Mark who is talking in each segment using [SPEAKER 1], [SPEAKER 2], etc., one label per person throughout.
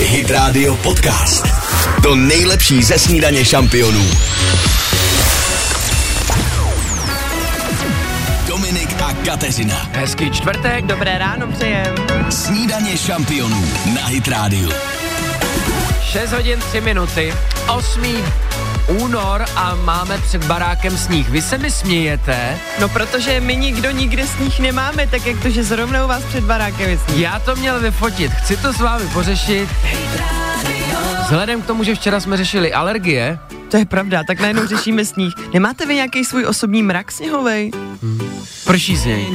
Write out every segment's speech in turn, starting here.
[SPEAKER 1] Hit Radio Podcast. To nejlepší ze snídaně šampionů. Dominik a Kateřina.
[SPEAKER 2] Hezký čtvrtek,
[SPEAKER 3] Dobré ráno přejem.
[SPEAKER 1] Snídaně šampionů na Hit Radio.
[SPEAKER 2] 6 hodin 3 minuty, 8. únor a máme před barákem sníh. Vy se mi smějete,
[SPEAKER 3] No protože my nikdo nikde sníh nemáme, tak jak to, že zrovna u vás před barákem je sníh.
[SPEAKER 2] já to měl vyfotit, chci to s vámi pořešit. Vzhledem k tomu, že včera jsme řešili alergie,
[SPEAKER 3] To je pravda, tak najednou řešíme sníh. Nemáte vy nějaký svůj osobní mrak sněhovej?
[SPEAKER 2] prší z něj.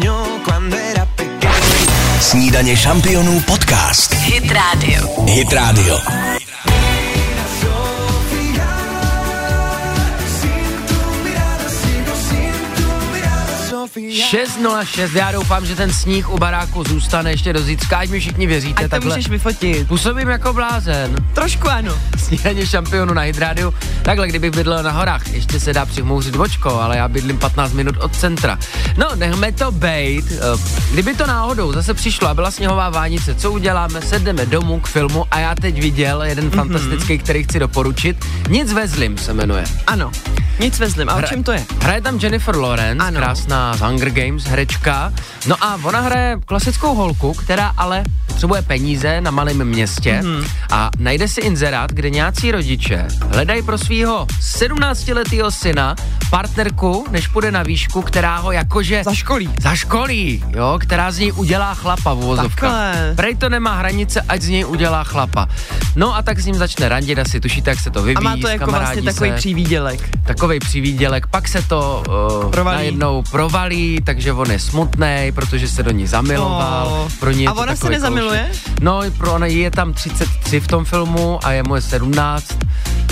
[SPEAKER 1] Snídaně šampionů podcast. Hit Radio. Hit Radio.
[SPEAKER 4] Sofía.
[SPEAKER 2] 6.06, já doufám, že ten sníh u baráku zůstane ještě do zítřka, ať mi všichni věříte.
[SPEAKER 3] Ať to můžeš vyfotit.
[SPEAKER 2] Působím jako blázen.
[SPEAKER 3] Trošku ano.
[SPEAKER 2] Snídaně šampionu na Hydrádiu. Takhle, kdybych bydlel na horách, ještě se dá přihmouřit očko, ale já bydlím 15 minut od centra. No, nechme to bejt. Eh, Kdyby to náhodou zase přišlo a byla sněhová vánice, co uděláme? Sedneme domů k filmu a já teď viděl jeden fantastický, který chci doporučit. Nic ve zlim se jmenuje.
[SPEAKER 3] Ano. Nic ve zlým. A o čem to je?
[SPEAKER 2] Hraje tam Jennifer Lawrence, ano.
[SPEAKER 3] Ano.
[SPEAKER 2] krásná z Hunger Games herečka. No a ona hraje klasickou holku, která ale potřebuje peníze na malém městě
[SPEAKER 3] Mhm.
[SPEAKER 2] mm. a najde si inzerát, kde nějací rodiče hledají pro svého 17-letého syna partnerku, než půjde na výšku, která ho jakože
[SPEAKER 3] Zaškolí.
[SPEAKER 2] zaškolí, jo, která z něj udělá chlapa v uvozovkách.
[SPEAKER 3] Takhle.
[SPEAKER 2] Prej to nemá hranice, ať z něj udělá chlapa. No a tak s ním začne randit, asi tušíte, jak se to vyvíjí.
[SPEAKER 3] A má to jako vlastně
[SPEAKER 2] kamarádi
[SPEAKER 3] takový
[SPEAKER 2] se
[SPEAKER 3] přívídělek.
[SPEAKER 2] takový přivídělek, pak se to uh,
[SPEAKER 3] Provalí.
[SPEAKER 2] najednou provalí, takže on je smutný, protože se do ní zamiloval.
[SPEAKER 3] Oh.
[SPEAKER 2] Pro ní je
[SPEAKER 3] A
[SPEAKER 2] to
[SPEAKER 3] ona se
[SPEAKER 2] takovej
[SPEAKER 3] nezamiluje?
[SPEAKER 2] koušek. No, pro ona jí je tam 33 v tom filmu a je mu je 17.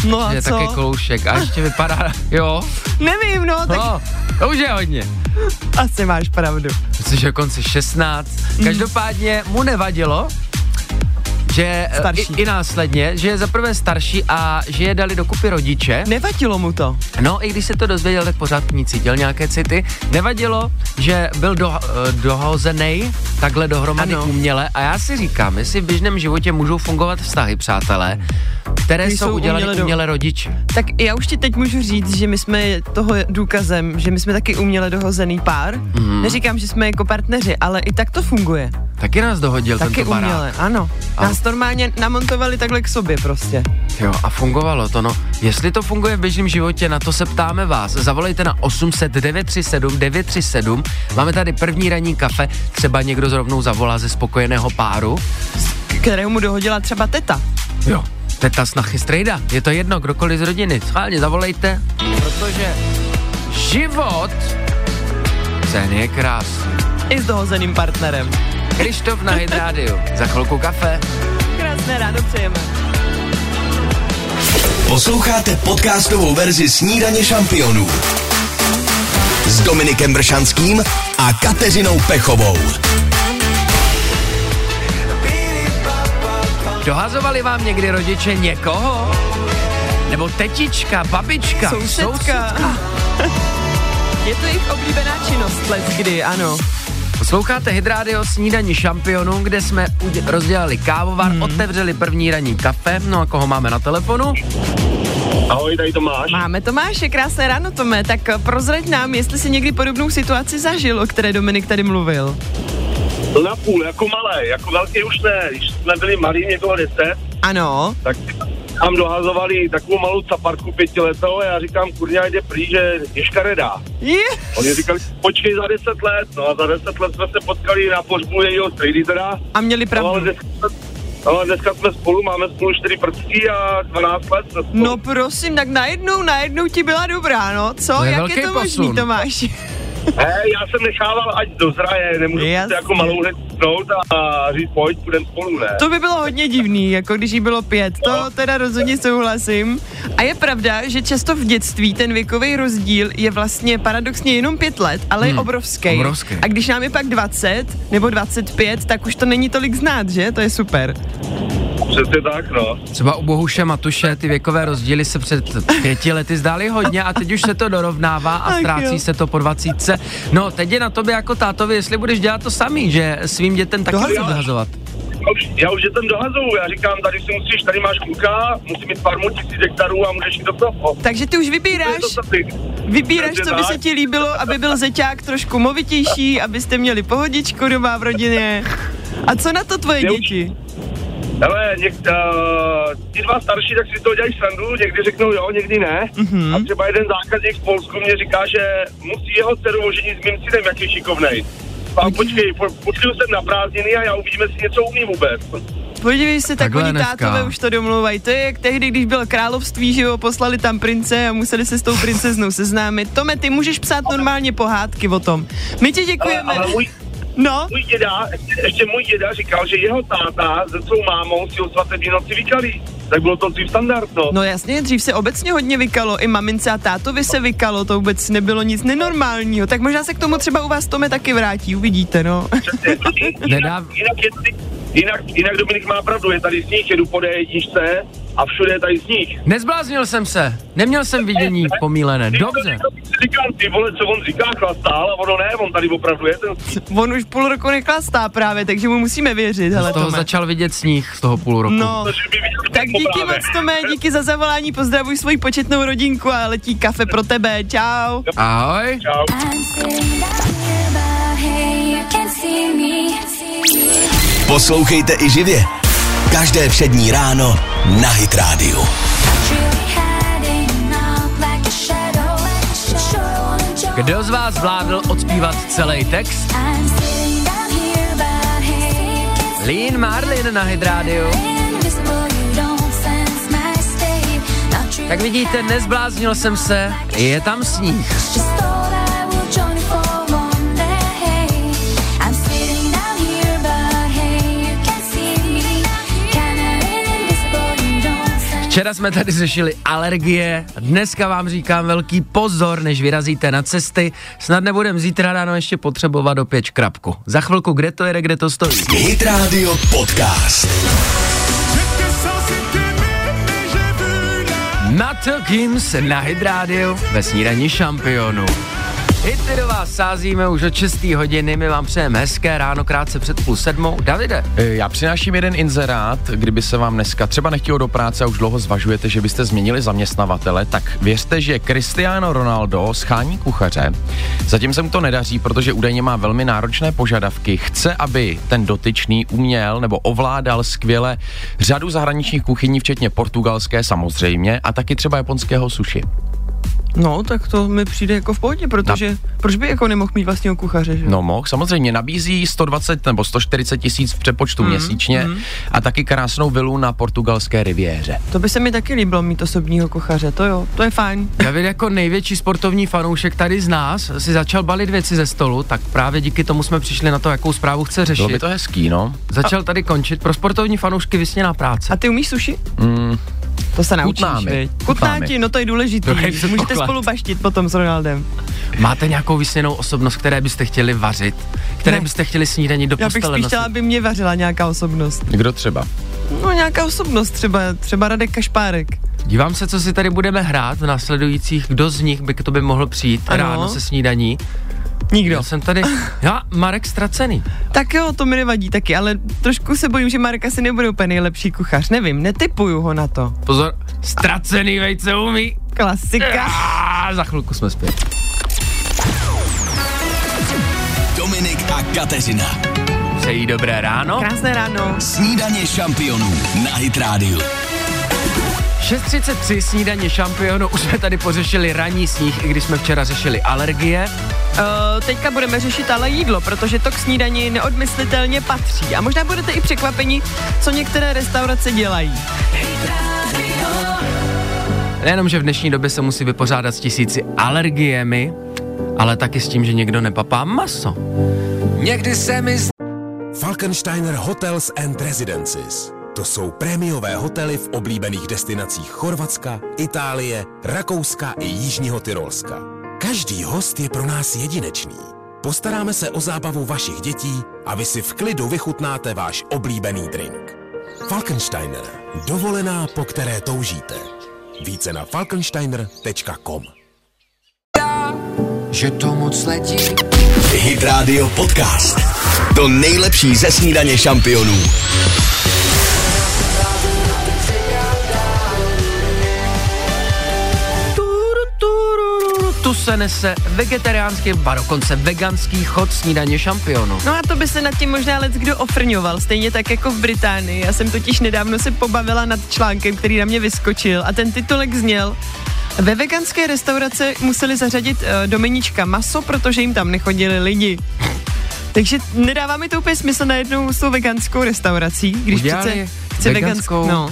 [SPEAKER 3] No a
[SPEAKER 2] je taky
[SPEAKER 3] co?
[SPEAKER 2] kloušek a ještě vypadá, jo,
[SPEAKER 3] Nevím, no, tak
[SPEAKER 2] no, to už je hodně.
[SPEAKER 3] asi máš pravdu.
[SPEAKER 2] Myslím, že dokonce 16.
[SPEAKER 3] Mm.
[SPEAKER 2] Každopádně mu nevadilo, že eh,
[SPEAKER 3] Starší.
[SPEAKER 2] I, i následně, že je zaprvé starší a že je dali dokupy rodiče.
[SPEAKER 3] Nevadilo mu to.
[SPEAKER 2] No, i když se to dozvěděl, tak pořád k ní cítil nějaké city. Nevadilo, že byl do, eh, dohozený takhle dohromady ano.
[SPEAKER 3] Ano.
[SPEAKER 2] uměle. A já si říkám, jestli v běžném životě můžou fungovat vztahy, přátelé, které
[SPEAKER 3] Když
[SPEAKER 2] jsou,
[SPEAKER 3] jsou
[SPEAKER 2] udělané
[SPEAKER 3] uměle
[SPEAKER 2] uměle,
[SPEAKER 3] do-
[SPEAKER 2] rodiče.
[SPEAKER 3] Tak já už ti teď můžu říct, že my jsme toho důkazem, že my jsme taky uměle dohozený pár.
[SPEAKER 2] Mhm.
[SPEAKER 3] Mm. Neříkám, že jsme jako partneři, ale i tak to funguje.
[SPEAKER 2] Taky nás dohodil
[SPEAKER 3] Taky
[SPEAKER 2] tento barák.
[SPEAKER 3] uměle, ano.
[SPEAKER 2] Ano.
[SPEAKER 3] Nás normálně namontovali takhle k sobě prostě.
[SPEAKER 2] Jo, a fungovalo to, no. Jestli to funguje v běžném životě, na to se ptáme vás. Zavolejte na 800 937 937. Máme tady první ranní kafe, třeba někdo zrovnou zavolá ze spokojeného páru.
[SPEAKER 3] Kterému mu dohodila třeba teta.
[SPEAKER 2] Jo. Teta snachy strejda, je to jedno, kdokoliv z rodiny, schválně zavolejte, protože život ten je krásný.
[SPEAKER 3] I s dohozeným partnerem.
[SPEAKER 2] Krištof na Hydrádiu, za chvilku kafe.
[SPEAKER 3] Krásné ráno přejeme.
[SPEAKER 1] Posloucháte podcastovou verzi Snídaně šampionů s Dominikem Bršanským a Kateřinou Pechovou.
[SPEAKER 2] Dohazovali vám někdy rodiče někoho? Nebo tetička, babička,
[SPEAKER 3] Sousedka. Je to jejich oblíbená činnost let kdy, ano.
[SPEAKER 2] Posloucháte Hydrádio snídaní šampionů, kde jsme udě- rozdělali kávovar, hmm. otevřeli první ranní kafe, no a koho máme na telefonu?
[SPEAKER 5] Ahoj, tady Tomáš.
[SPEAKER 3] Máme Tomáše, krásné ráno Tome, tak eh, prozrať nám, jestli si někdy podobnou situaci zažil, o které Dominik tady mluvil.
[SPEAKER 5] Na půl, jako malé, jako velký už ne. Když jsme byli malí, mě bylo 10,
[SPEAKER 3] Ano,
[SPEAKER 5] tak tam dohazovali takovou malou caparku pětiletou a já říkám, kurňa, jde prý, že je škaredá.
[SPEAKER 3] je,
[SPEAKER 5] Oni říkali, počkej za 10 let, no a za 10 let jsme se potkali na pohřbu jejího strejdy teda.
[SPEAKER 3] a měli
[SPEAKER 5] No, ale
[SPEAKER 3] pravdu.
[SPEAKER 5] dneska, no, ale dneska jsme spolu, máme spolu 4 prstí a 12 let jsme spolu.
[SPEAKER 3] No prosím, tak najednou, najednou ti byla dobrá, no co?
[SPEAKER 2] To je
[SPEAKER 3] Jak
[SPEAKER 2] velký
[SPEAKER 3] je to možný,
[SPEAKER 2] posun.
[SPEAKER 3] Tomáš?
[SPEAKER 5] Hej, já jsem nechával, ať dozraje, nemůžu
[SPEAKER 3] Jasně.
[SPEAKER 5] se jako malou hned pnout a říct, pojď, půjdem spolu, ne?
[SPEAKER 3] To by bylo hodně divný, jako když jí bylo pět, to teda rozhodně souhlasím. A je pravda, že často v dětství ten věkový rozdíl je vlastně paradoxně jenom pět let, ale je
[SPEAKER 2] Hmm,
[SPEAKER 3] obrovský.
[SPEAKER 2] obrovský.
[SPEAKER 3] A když nám je pak 20 nebo 25, tak už to není tolik znát, že? To je super.
[SPEAKER 5] Přesně tak, no.
[SPEAKER 2] Třeba u Bohuše Matuše ty věkové rozdíly se před pěti lety zdály hodně a teď už se to dorovnává a
[SPEAKER 3] Ach jo.
[SPEAKER 2] ztrácí se to po dvacítce. No teď je na tobě jako tátovi, jestli budeš dělat to samý, že svým dětem taky
[SPEAKER 3] Dohazovat.
[SPEAKER 2] budeš dohazovat.
[SPEAKER 5] já už, já už jsem dohazovu, já říkám, tady si musíš, tady máš kluka, musí mít farmu tisíc hektarů a můžeš jít do toho.
[SPEAKER 3] Takže ty už vybíráš,
[SPEAKER 5] To je to, co ty-
[SPEAKER 3] vybíráš,
[SPEAKER 5] Takže
[SPEAKER 3] co by se
[SPEAKER 5] tak.
[SPEAKER 3] ti líbilo, aby byl zeťák trošku movitější, abyste měli pohodičku doma v rodině. A co na to tvoje
[SPEAKER 5] Já už-
[SPEAKER 3] děti?
[SPEAKER 5] Hele, něk, uh, ti dva starší, tak si to dělají srandu, někdy řeknou jo, někdy ne. Mm-hmm. A třeba jeden zákazník v Polsku mě říká, že musí jeho dceru oženit s mým synem, jak je šikovnej. A okay. počkej, po, počkej jsem na prázdniny a já uvidíme, jestli něco umí vůbec.
[SPEAKER 3] Podívej se, tak
[SPEAKER 2] Takhle
[SPEAKER 3] oni
[SPEAKER 2] dneska.
[SPEAKER 3] tátové už to domluvají. To je jak tehdy, když bylo království, že jo, poslali tam prince a museli se s tou princeznou seznámit. Tome, ty můžeš psát normálně pohádky o tom. My ti
[SPEAKER 5] Ale,
[SPEAKER 3] děkujeme.
[SPEAKER 5] ale můj,
[SPEAKER 3] No,
[SPEAKER 5] můj děda, ještě, ještě můj děda říkal, že jeho táta se svou mámou si o svatební noci vykalí. Tak bylo to dřív standard, no.
[SPEAKER 3] no jasně, dřív se obecně hodně vykalo, i mamince a tátovi se vykalo, to vůbec nebylo nic nenormálního. Tak možná se k tomu třeba u vás Tome taky vrátí, uvidíte, no.
[SPEAKER 5] Přesně. I- Jinak,
[SPEAKER 2] Nedáv-
[SPEAKER 5] jinak, je- jinak, jinak Dominik má pravdu, je tady sníh, jedu po D1 a všude je tady sníh.
[SPEAKER 2] Nezbláznil jsem se, neměl jsem vidění pomílené.
[SPEAKER 5] Ty
[SPEAKER 2] Dobře.
[SPEAKER 5] vole, si Říkám, ty vole, co on říká, chlastál, a ono ne, on tady opravdu je ten...
[SPEAKER 3] On už půl roku neklastá právě, takže mu musíme věřit, hele
[SPEAKER 2] Z toho
[SPEAKER 3] Tome.
[SPEAKER 2] začal vidět sníh z toho půl roku.
[SPEAKER 3] No.
[SPEAKER 5] že by viděl
[SPEAKER 3] Tak
[SPEAKER 5] ten
[SPEAKER 3] díky
[SPEAKER 5] poprávě.
[SPEAKER 3] moc, Tome, díky za zavolání, pozdravuj svoji početnou rodinku a letí kafe pro tebe, čau.
[SPEAKER 2] Ahoj.
[SPEAKER 5] Čau.
[SPEAKER 4] I'm sitting down here, but hey, you can see me.
[SPEAKER 1] Poslouchejte i živě. Každé přední ráno na Hit Radio.
[SPEAKER 4] Really hiding out like a shadow. Sure wanna join.
[SPEAKER 2] Kdo z vás zvládl odspívat celý text?
[SPEAKER 4] I'm sitting down here, but hey, you can see
[SPEAKER 2] Lean Marlin na Hydrádiu.
[SPEAKER 4] invisible. You don't sense my state. Not really
[SPEAKER 2] Tak vidíte, nezbláznil jsem se, je tam sníh.
[SPEAKER 4] Just thought I would join you for one day. I'm sitting down here, but hey, you can see me. Kinda invisible, you don't sense.
[SPEAKER 2] Včera jsme tady řešili alergie, dneska vám říkám velký pozor, než vyrazíte na cesty, snad nebudem zítra ráno ještě potřebovat opět škrabku. Za chvilku, kde to jede, kde to stojí.
[SPEAKER 1] Hit Radio Podcast.
[SPEAKER 2] Matt Kims na Hydrádiu ve snídaní šampionu. Hity do vás sázíme už od 6. hodiny, my vám přejeme hezké ráno, krátce před půl sedmou. Davide,
[SPEAKER 6] E, Já přináším jeden inzerát, kdyby se vám dneska třeba nechtělo do práce a už dlouho zvažujete, že byste změnili zaměstnavatele, tak věřte, že Cristiano Ronaldo schání kuchaře. Zatím se mu to nedaří, protože údajně má velmi náročné požadavky. Chce, aby ten dotyčný uměl nebo ovládal skvěle řadu zahraničních kuchyní, včetně portugalské samozřejmě, a taky třeba japonského sushi.
[SPEAKER 3] No, tak to mi přijde jako v pohodě, protože proč by jako nemohl mít vlastního kuchaře, že?
[SPEAKER 6] No moh, samozřejmě nabízí 120 nebo 140 tisíc v přepočtu měsíčně a taky krásnou vilu na portugalské riviéře.
[SPEAKER 3] To by se mi taky líbilo mít osobního kuchaře, to jo, to je fajn.
[SPEAKER 2] David jako největší sportovní fanoušek tady z nás si začal balit věci ze stolu, tak právě díky tomu jsme přišli na to, jakou zprávu chce
[SPEAKER 6] Bylo by
[SPEAKER 2] řešit.
[SPEAKER 6] to hezký, no.
[SPEAKER 2] Začal tady končit pro sportovní fanoušky vysněná práce.
[SPEAKER 3] A ty umíš suši? Mm. To se naučíš,
[SPEAKER 6] Chutná mi,
[SPEAKER 3] viď?
[SPEAKER 6] chutná
[SPEAKER 3] Chutná
[SPEAKER 6] mi.
[SPEAKER 3] ti, no to je důležitý.
[SPEAKER 2] To je
[SPEAKER 3] Můžete
[SPEAKER 2] předpoklad.
[SPEAKER 3] spolu baštit potom s Ronaldem.
[SPEAKER 2] Máte nějakou vysněnou osobnost, které byste chtěli vařit? Které
[SPEAKER 3] Ne.
[SPEAKER 2] byste chtěli snídaní do
[SPEAKER 3] Já bych
[SPEAKER 2] postele
[SPEAKER 3] spíš chtěla,
[SPEAKER 2] nosit?
[SPEAKER 3] aby mě vařila nějaká osobnost.
[SPEAKER 6] Kdo třeba?
[SPEAKER 3] No nějaká osobnost třeba, třeba Radek Kašpárek.
[SPEAKER 2] Dívám se, co si tady budeme hrát v následujících, kdo z nich by k tobě mohl přijít
[SPEAKER 3] Ano.
[SPEAKER 2] ráno se snídaní.
[SPEAKER 3] Nikdo.
[SPEAKER 2] Já jsem tady, já, Marek Stracený.
[SPEAKER 3] Tak jo, to mi nevadí taky, ale trošku se bojím, že Marek asi nebude úplně nejlepší kuchař. Nevím, netypuju ho na to.
[SPEAKER 2] Pozor, Stracený vejce umí.
[SPEAKER 3] Klasika.
[SPEAKER 2] A za chvilku jsme zpět.
[SPEAKER 1] Dominik a Kateřina.
[SPEAKER 2] Přeji dobré ráno.
[SPEAKER 3] Krásné ráno.
[SPEAKER 1] Snídaně šampionů na Hit Radio.
[SPEAKER 2] 6.33 snídaně šampionu, už jsme tady pořešili ranní sníh, i když jsme včera řešili alergie.
[SPEAKER 3] Uh, teďka budeme řešit ale jídlo, protože to k snídani neodmyslitelně patří. A možná budete i překvapeni, co některé restaurace dělají.
[SPEAKER 2] Nejenom, že v dnešní době se musí vypořádat s tisíci alergiemi, ale taky s tím, že někdo nepapá maso. Někdy se mi
[SPEAKER 7] Falkensteiner Hotels and Residences. To jsou prémiové hotely v oblíbených destinacích Chorvatska, Itálie, Rakouska i Jižního Tyrolska. Každý host je pro nás jedinečný. Postaráme se o zábavu vašich dětí a vy si v klidu vychutnáte váš oblíbený drink. Falkensteiner. Dovolená, po které toužíte. Více na falkensteiner.com
[SPEAKER 1] Hit Radio Podcast. To nejlepší ze snídaně šampionů.
[SPEAKER 2] Turu, turu, turu. Tu se nese vegetariánský, ba dokonce veganský chod snídaně šampionů.
[SPEAKER 3] No a to by se nad tím možná let kdo ofrňoval, stejně tak jako v Británii. Já jsem totiž nedávno se pobavila nad článkem, který na mě vyskočil a ten titulek zněl ve veganské restaurace museli zařadit eh, do menička maso, protože jim tam nechodili lidi. Takže nedává mi to úplně smysl najednou s tou veganskou restaurací, když
[SPEAKER 2] Udělali
[SPEAKER 3] přece chce
[SPEAKER 2] veganskou-
[SPEAKER 3] veganskou... No.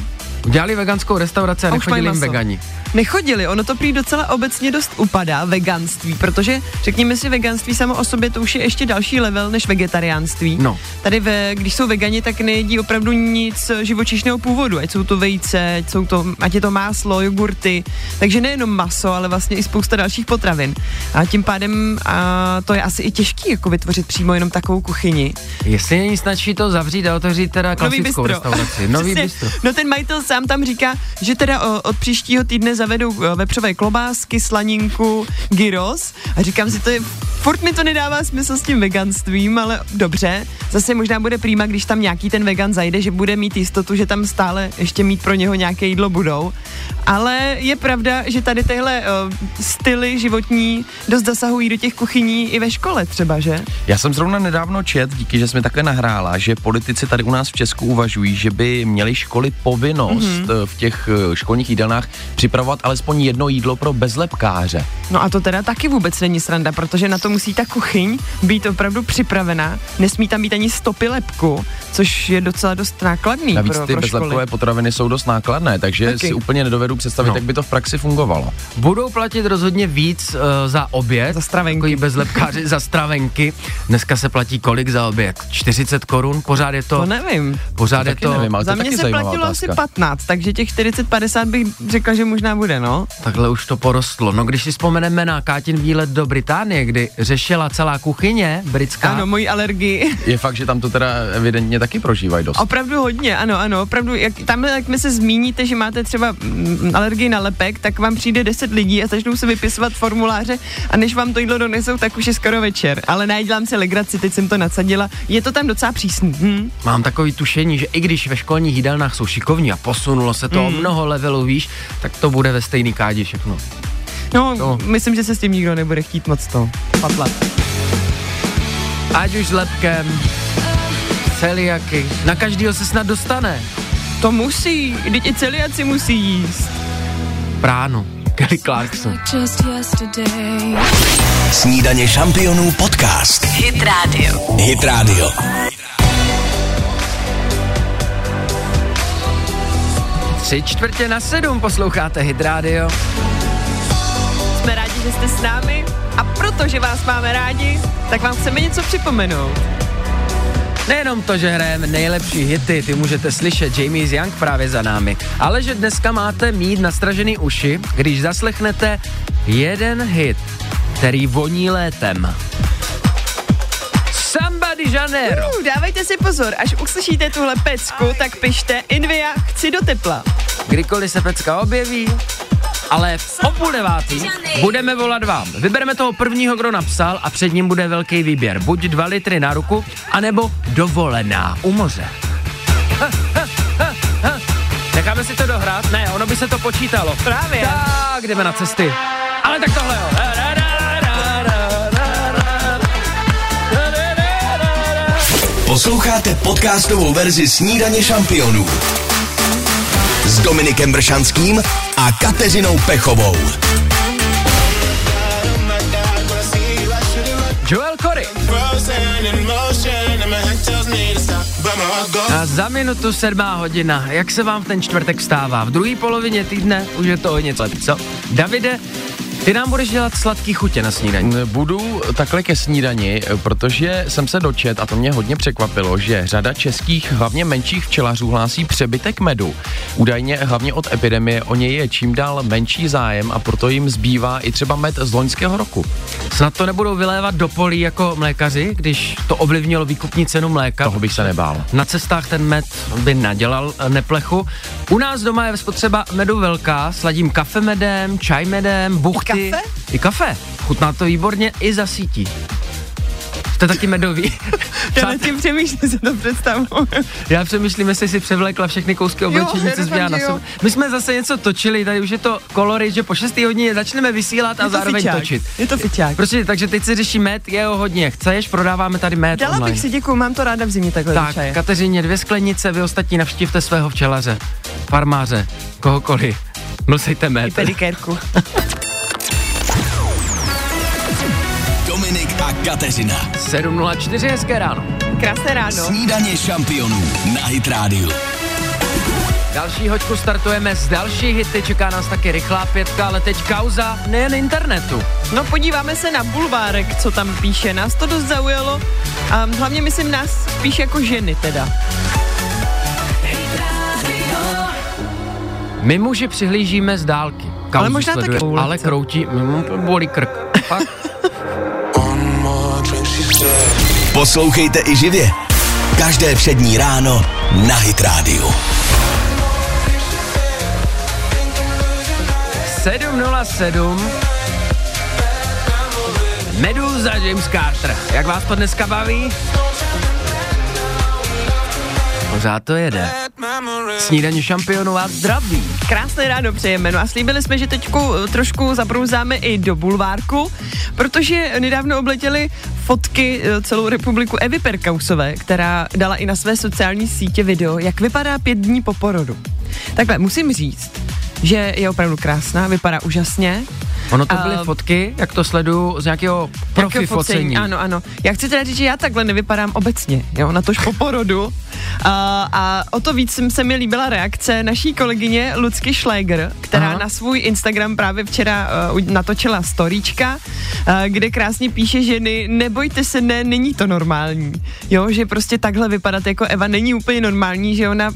[SPEAKER 2] Udělali veganskou restauraci a
[SPEAKER 3] A už mají
[SPEAKER 2] nechodili jim
[SPEAKER 3] maso.
[SPEAKER 2] vegani.
[SPEAKER 3] Nechodili, ono to prý docela obecně dost upadá, veganství, protože řekněme si, veganství samo o sobě to už je ještě další level než vegetariánství.
[SPEAKER 2] No.
[SPEAKER 3] Tady, ve, když jsou vegani, tak nejedí opravdu nic živočišného původu, ať jsou to vejce, ať, jsou to, ať je to máslo, jogurty, takže nejenom maso, ale vlastně i spousta dalších potravin. A tím pádem a to je asi i těžký, jako vytvořit přímo jenom takovou kuchyni.
[SPEAKER 2] Jestli není snadší to zavřít a otevřít teda klasickou restauraci. Nový
[SPEAKER 3] Přesně.
[SPEAKER 2] bistro.
[SPEAKER 3] No ten majitel sám tam říká, že teda o, od příštího týdne zavedou o, vepřové klobásky, slaninku, gyros a říkám si, to je, furt mi to nedává smysl s tím veganstvím, ale dobře, zase možná bude prýma, když tam nějaký ten vegan zajde, že bude mít jistotu, že tam stále ještě mít pro něho nějaké jídlo budou. Ale je pravda, že tady tyhle o, styly životní dost zasahují do těch kuchyní i ve škole třeba, že?
[SPEAKER 6] Já jsem zrovna nedávno čet, díky, že jsme takhle nahrála, že politici tady u nás v Česku uvažují, že by měli školy povinnost
[SPEAKER 3] Mhm.
[SPEAKER 6] mm-hmm. v těch eh, školních jídelnách připravovat alespoň jedno jídlo pro bezlepkáře.
[SPEAKER 3] No a to teda taky vůbec není sranda, protože na to musí ta kuchyň být opravdu připravená. Nesmí tam být ani stopy lepku, což je docela dost nákladný
[SPEAKER 6] Navíc
[SPEAKER 3] pro,
[SPEAKER 6] ty
[SPEAKER 3] pro školy.
[SPEAKER 6] bezlepkové potraviny jsou dost nákladné, takže
[SPEAKER 3] Taky.
[SPEAKER 6] si úplně nedovedu představit,
[SPEAKER 2] No.
[SPEAKER 6] no. jak by to v praxi fungovalo.
[SPEAKER 2] Budou platit rozhodně víc uh, za oběd.
[SPEAKER 3] Za stravenky.
[SPEAKER 2] Takový bezlepkáři za stravenky. Dneska se platí kolik za oběd? 40 korun? Pořád je to...
[SPEAKER 3] To No nevím.
[SPEAKER 2] Pořád
[SPEAKER 6] To
[SPEAKER 2] je
[SPEAKER 6] taky
[SPEAKER 2] to...
[SPEAKER 6] nevím, ale to
[SPEAKER 3] Za
[SPEAKER 6] je
[SPEAKER 3] mě
[SPEAKER 6] taky
[SPEAKER 3] se
[SPEAKER 6] zajímavá
[SPEAKER 3] platilo
[SPEAKER 6] otázka.
[SPEAKER 3] asi 15, takže těch 40-50 bych řekla, že možná bude, no.
[SPEAKER 2] Takhle už to porostlo. No když si vzpomeneme na Kátin výlet do Británie, kdy řešila celá kuchyně britská.
[SPEAKER 3] Ano, moji alergii.
[SPEAKER 6] Je fakt, že tam to teda evidentně taky prožívají dost.
[SPEAKER 3] Opravdu hodně, ano, ano, opravdu. Jak, tam, jak mi se zmíníte, že máte třeba mm, alergii na lepek, tak vám přijde 10 lidí a začnou se vypisovat formuláře a než vám to jídlo donesou, tak už je skoro večer. Ale najdělám se legraci, teď jsem to nadsadila. Je to tam docela přísný. Hm?
[SPEAKER 2] Mám takový tušení, že i když ve školních jídelnách jsou šikovní a posunulo se to mm. o mnoho levelů výš, tak to bude ve stejný kádě všechno.
[SPEAKER 3] No,
[SPEAKER 2] No.
[SPEAKER 3] no, myslím, že se s tím nikdo nebude chtít moc to patlat.
[SPEAKER 2] Ať už s lepkem, celiaky. Na každýho se snad dostane.
[SPEAKER 3] To musí, teď i celiaci musí jíst.
[SPEAKER 2] Pránu. Kelly Clarkson.
[SPEAKER 4] Just yesterday.
[SPEAKER 1] Snídaně šampionů podcast.
[SPEAKER 8] Hit Radio.
[SPEAKER 1] Hit Radio.
[SPEAKER 2] Tři čtvrtě na sedm posloucháte Hit Radio.
[SPEAKER 3] Jsme rádi, že jste s námi a protože vás máme rádi, tak vám chceme něco připomenout.
[SPEAKER 2] Nejenom to, že hrajeme nejlepší hity, ty můžete slyšet Jamie's Young právě za námi, ale že dneska máte mít nastražený uši, když zaslechnete jeden hit, který voní létem. Somebody Janeiro.
[SPEAKER 3] Uh, dávejte si pozor, až uslyšíte tuhle pecku, tak pište Invia, chci do tepla.
[SPEAKER 2] Kdykoliv se pecka objeví, ale v o půl devátý budeme volat vám. Vybereme toho prvního, kdo napsal a před ním bude velký výběr. Buď dva litry na ruku, anebo dovolená u moře. Ha, ha, ha, ha. Necháme si to dohrát? Ne, ono by se to počítalo.
[SPEAKER 3] Právě.
[SPEAKER 2] Tak, jdeme na cesty. Ale tak tohle jo. Ra, ra, ra, ra, ra, ra, ra. Ra, ra, ra, ra, ra.
[SPEAKER 1] Posloucháte podcastovou verzi Snídaně šampionů s Dominikem Bršanským a Kateřinou Pechovou.
[SPEAKER 2] Joel Corey. A za minutu sedmá hodina, jak se vám ten čtvrtek stává? V druhé polovině týdne už je to o něco lepší, co? Davide, ty nám budeš dělat sladký chutě na snídaní.
[SPEAKER 6] Budu takhle ke snídani, protože jsem se dočet a to mě hodně překvapilo, že řada českých, hlavně menších včelařů hlásí přebytek medu. Údajně hlavně od epidemie o něj je čím dál menší zájem a proto jim zbývá i třeba med z loňského roku.
[SPEAKER 2] Snad to nebudou vylévat do polí jako mlékaři, když to ovlivnilo výkupní cenu mléka.
[SPEAKER 6] Toho bych se nebál.
[SPEAKER 2] Na cestách ten med by nadělal eh, neplechu. U nás doma je spotřeba medu velká, sladím kafemedem, čajmedem, buchty.
[SPEAKER 3] kafe?
[SPEAKER 2] I kafe. Chutná to výborně i za sítí. Jste taky medový.
[SPEAKER 3] Já nad tím přemýšlím, se to představu.
[SPEAKER 2] Já přemýšlím, jestli si převlekla všechny kousky oblečení,
[SPEAKER 3] já
[SPEAKER 2] co zbývá
[SPEAKER 3] doufám,
[SPEAKER 2] na
[SPEAKER 3] že jo.
[SPEAKER 2] sebe. My jsme zase něco točili, tady už je to kolory, že po 6. hodině začneme vysílat a
[SPEAKER 3] Je to
[SPEAKER 2] zároveň
[SPEAKER 3] fičák.
[SPEAKER 2] točit.
[SPEAKER 3] Je to fičák.
[SPEAKER 2] Prostě, takže teď se řeší med, je ho hodně. Chceš, prodáváme tady med
[SPEAKER 3] Dala
[SPEAKER 2] online.
[SPEAKER 3] bych si děkuju, mám to ráda v zimě takhle do
[SPEAKER 2] tak,
[SPEAKER 3] čaje.
[SPEAKER 2] Kateřině, dvě sklenice, vy ostatní navštivte svého včelaře, farmáře, kohokoliv. Nosejte med.
[SPEAKER 3] pedikérku.
[SPEAKER 1] Dominik a Kateřina.
[SPEAKER 2] 7.04, hezké ráno.
[SPEAKER 3] Krásné
[SPEAKER 8] No.
[SPEAKER 3] ráno.
[SPEAKER 1] Snídaně šampionů na Hit Radio.
[SPEAKER 2] Další hoďku startujeme s další hity, čeká nás taky rychlá pětka, ale teď kauza nejen internetu.
[SPEAKER 3] No podíváme se na bulvárek, co tam píše. Nás to dost zaujalo. A hlavně myslím nás spíš jako ženy teda.
[SPEAKER 2] My muži přihlížíme z dálky. Kauzu
[SPEAKER 3] Ale možná
[SPEAKER 2] sleduje,
[SPEAKER 3] taky
[SPEAKER 2] Ale
[SPEAKER 3] koulace.
[SPEAKER 2] kroutí, mm, bolí krk. Pak
[SPEAKER 1] Poslouchejte i živě. Každé přední ráno na Hit Radio.
[SPEAKER 2] 7.07 Meduza James Carter. Jak vás to dneska baví? Pořád to jede. Snídaní šampionů vás zdraví.
[SPEAKER 3] Krásné ráno přejeme. No a slíbili jsme, že teďku eh, trošku zabrouzáme i do bulvárku, protože nedávno obletěly fotky eh, celou republiku Evy Perkausové, která dala i na své sociální sítě video, jak vypadá pět dní po porodu. Takhle, musím říct, že je opravdu krásná, vypadá úžasně.
[SPEAKER 2] Ono to
[SPEAKER 3] A-
[SPEAKER 2] byly fotky, jak to sleduju, z nějakého profi
[SPEAKER 3] Jakého
[SPEAKER 2] focení.
[SPEAKER 3] Ano, ano. Já chci teda říct, že já takhle nevypadám obecně, jo, na tož po porodu. A, a o to víc jsem- se mi líbila reakce naší kolegyně Lucky Schläger, která
[SPEAKER 2] Aha.
[SPEAKER 3] Aha. na svůj Instagram právě včera uh, u- natočila storíčka, uh, kde krásně píše ženy, nebojte se, ne, není to normální. Jo, že prostě takhle vypadat jako Eva není úplně normální, že ona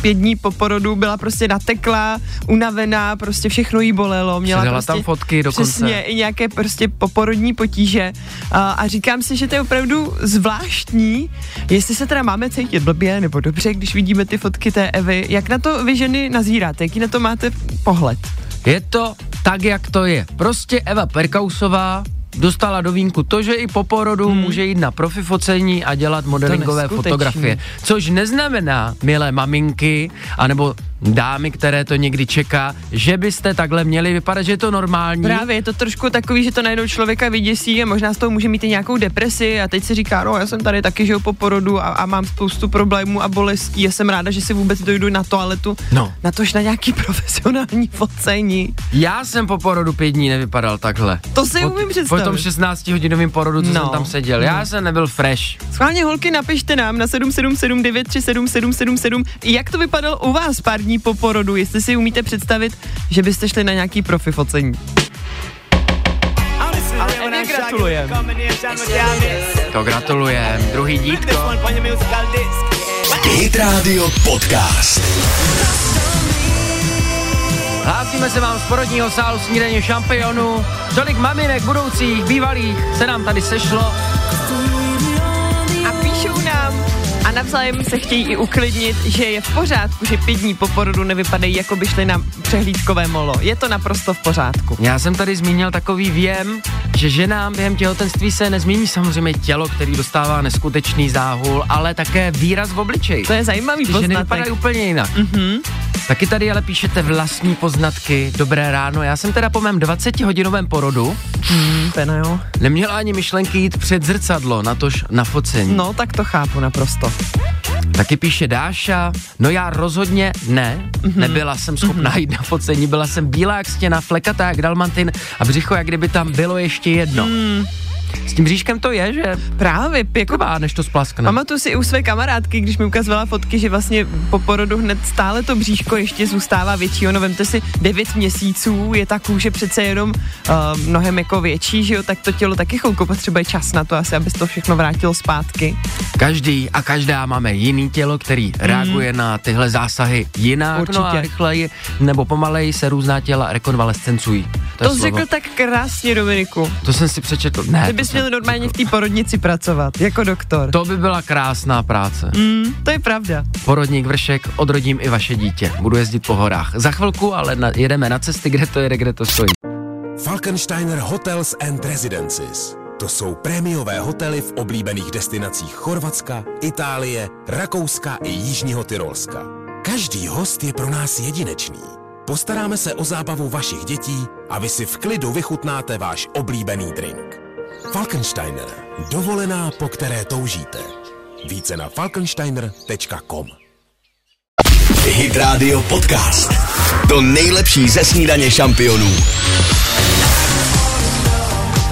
[SPEAKER 3] pět dní po porodu byla prostě nateklá, unavená, prostě všechno jí bolelo. Měla
[SPEAKER 2] Přidala
[SPEAKER 3] prostě,
[SPEAKER 2] tam fotky dokonce.
[SPEAKER 3] Přesně, i nějaké prostě poporodní potíže a, a říkám si, že to je opravdu zvláštní, jestli se teda máme cítit blbě nebo dobře, když vidíme ty fotky té Evy, jak na to vy ženy nazíráte, jaký na to máte pohled?
[SPEAKER 2] Je to tak, jak to je. Prostě Eva Perkausová dostala do vínku to, že i po porodu hmm. může jít na profi focení a dělat modelingové
[SPEAKER 3] neskutečný.
[SPEAKER 2] fotografie. Což neznamená, milé maminky, anebo dámy, které to někdy čeká, že byste takhle měli vypadat, že je to normální.
[SPEAKER 3] Právě je to trošku takový, že to najednou člověka vyděsí a možná z toho může mít i nějakou depresi a teď si říká, no já jsem tady taky žil po porodu a, a mám spoustu problémů a bolestí, já jsem ráda, že si vůbec dojdu na toaletu,
[SPEAKER 2] No.
[SPEAKER 3] na tož na nějaký profesionální focení.
[SPEAKER 2] Já jsem po porodu pět dní nevypadal takhle.
[SPEAKER 3] To si
[SPEAKER 2] Po-
[SPEAKER 3] umím
[SPEAKER 2] Po tom
[SPEAKER 3] představit.
[SPEAKER 2] 16-hodinovém porodu, co
[SPEAKER 3] No.
[SPEAKER 2] jsem tam seděl. Já jsem nebyl fresh.
[SPEAKER 3] Schválně holky, napište nám na 777937777, jak to vypadalo u vás pár dní po porodu, jestli si umíte představit, že byste šli na nějaký profi focení. Ale Evě gratulujem.
[SPEAKER 2] To gratulujem. Druhý dítko.
[SPEAKER 1] Hit Radio Podcast.
[SPEAKER 2] Hlásíme se vám z porodního sálu snídaně šampionů. Tolik maminek budoucích, bývalých se nám tady sešlo.
[SPEAKER 3] A píšou nám a navzájem se chtějí i uklidnit, že je v pořádku, že pět dní po porodu nevypadají, jako by šli na přehlídkové molo. Je to naprosto v pořádku.
[SPEAKER 2] Já jsem tady zmínil takový věm, že ženám během těhotenství se nezmění samozřejmě tělo, který dostává neskutečný záhul, ale také výraz v obličeji.
[SPEAKER 3] To je zajímavý
[SPEAKER 2] Ty ženy vypadají
[SPEAKER 3] poznatek. Mhm.
[SPEAKER 2] úplně jinak. Mm-hmm. Taky tady ale píšete vlastní poznatky. Dobré ráno, já jsem teda po mém 20-hodinovém porodu
[SPEAKER 3] Pena, jo.
[SPEAKER 2] neměl ani myšlenky jít před zrcadlo, natož na focení.
[SPEAKER 3] No, tak to chápu naprosto.
[SPEAKER 2] Taky píše Dáša, no já rozhodně ne,
[SPEAKER 3] Mhm.
[SPEAKER 2] mm-hmm. nebyla jsem schopná mm-hmm. jít na focení, byla jsem bílá jak stěna, flekatá jak dalmantin a břicho, jak kdyby tam bylo ještě jedno. Mm. S tím bříškem to je, že
[SPEAKER 3] Hmm. Právě, jako
[SPEAKER 2] trvá, než to splaskne.
[SPEAKER 3] Mama tu si u své kamarádky, když mi ukazovala fotky, že vlastně po porodu hned stále to bříško ještě zůstává větší. Ono vemte si 9 měsíců, je ta kůže přece jenom uh, mnohem jako větší, že jo, tak to tělo taky chvilku potřebuje čas na to asi, aby se to všechno vrátilo zpátky.
[SPEAKER 2] Každý a každá máme jiný tělo, který reaguje na tyhle zásahy jinak. No a
[SPEAKER 3] Hmm. Určitě.
[SPEAKER 2] rychleji nebo pomaleji se různá těla rekonvalescencují. To, je
[SPEAKER 3] To, jsi
[SPEAKER 2] slovo.
[SPEAKER 3] řekl tak krásně, Dominiku.
[SPEAKER 2] to jsem si přečetl. Ne, to
[SPEAKER 3] Ty bys
[SPEAKER 2] jsem-
[SPEAKER 3] měl normálně v té porodnici pracovat, jako doktor. To,
[SPEAKER 2] To by byla krásná práce.
[SPEAKER 3] to je pravda.
[SPEAKER 2] Porodník Vršek, odrodím i vaše dítě. Budu jezdit po horách. Za chvilku, ale na, jedeme na cesty, kde to jede, kde to stojí.
[SPEAKER 7] Falkensteiner Hotels and Residences. To jsou prémiové hotely v oblíbených destinacích Chorvatska, Itálie, Rakouska i Jižního Tyrolska. Každý host je pro nás jedinečný. Postaráme se o zábavu vašich dětí a vy si v klidu vychutnáte váš oblíbený drink. Falkensteiner. Dovolená, po které toužíte. Více na falkensteiner.com
[SPEAKER 1] Hit Radio Podcast. To nejlepší ze snídaně šampionů.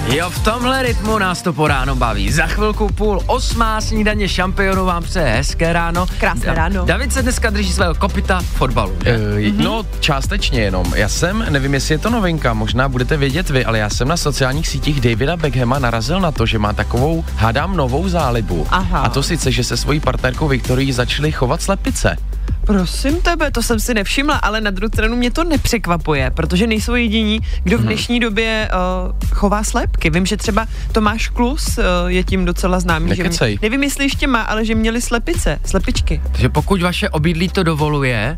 [SPEAKER 2] Jo, v tomhle rytmu nás to po ráno baví. Za chvilku půl osmá snídaně šampionů vám přeje hezké ráno.
[SPEAKER 3] Krásné ráno.
[SPEAKER 2] David se dneska drží svého kopita fotbalu, že?
[SPEAKER 6] Mm-hmm. No, částečně jenom. Já jsem, nevím, jestli je to novinka, možná budete vědět vy, ale já jsem na sociálních sítích Davida Beckhama narazil na to, že má takovou, hádám, novou zálibu.
[SPEAKER 3] Aha.
[SPEAKER 6] A to sice, že se svojí partnerkou Viktorií začaly chovat slepice.
[SPEAKER 3] Prosím tebe, to jsem si nevšimla, ale na druhou stranu mě to nepřekvapuje, protože nejsou jediní, kdo v dnešní době uh, chová slepky. Vím, že třeba Tomáš Klus uh, je tím docela známý. Že
[SPEAKER 6] Nekecej.
[SPEAKER 3] mě, nevím, jestli ještě má, ale že měli slepice, slepičky.
[SPEAKER 2] Takže pokud vaše obydlí to dovoluje,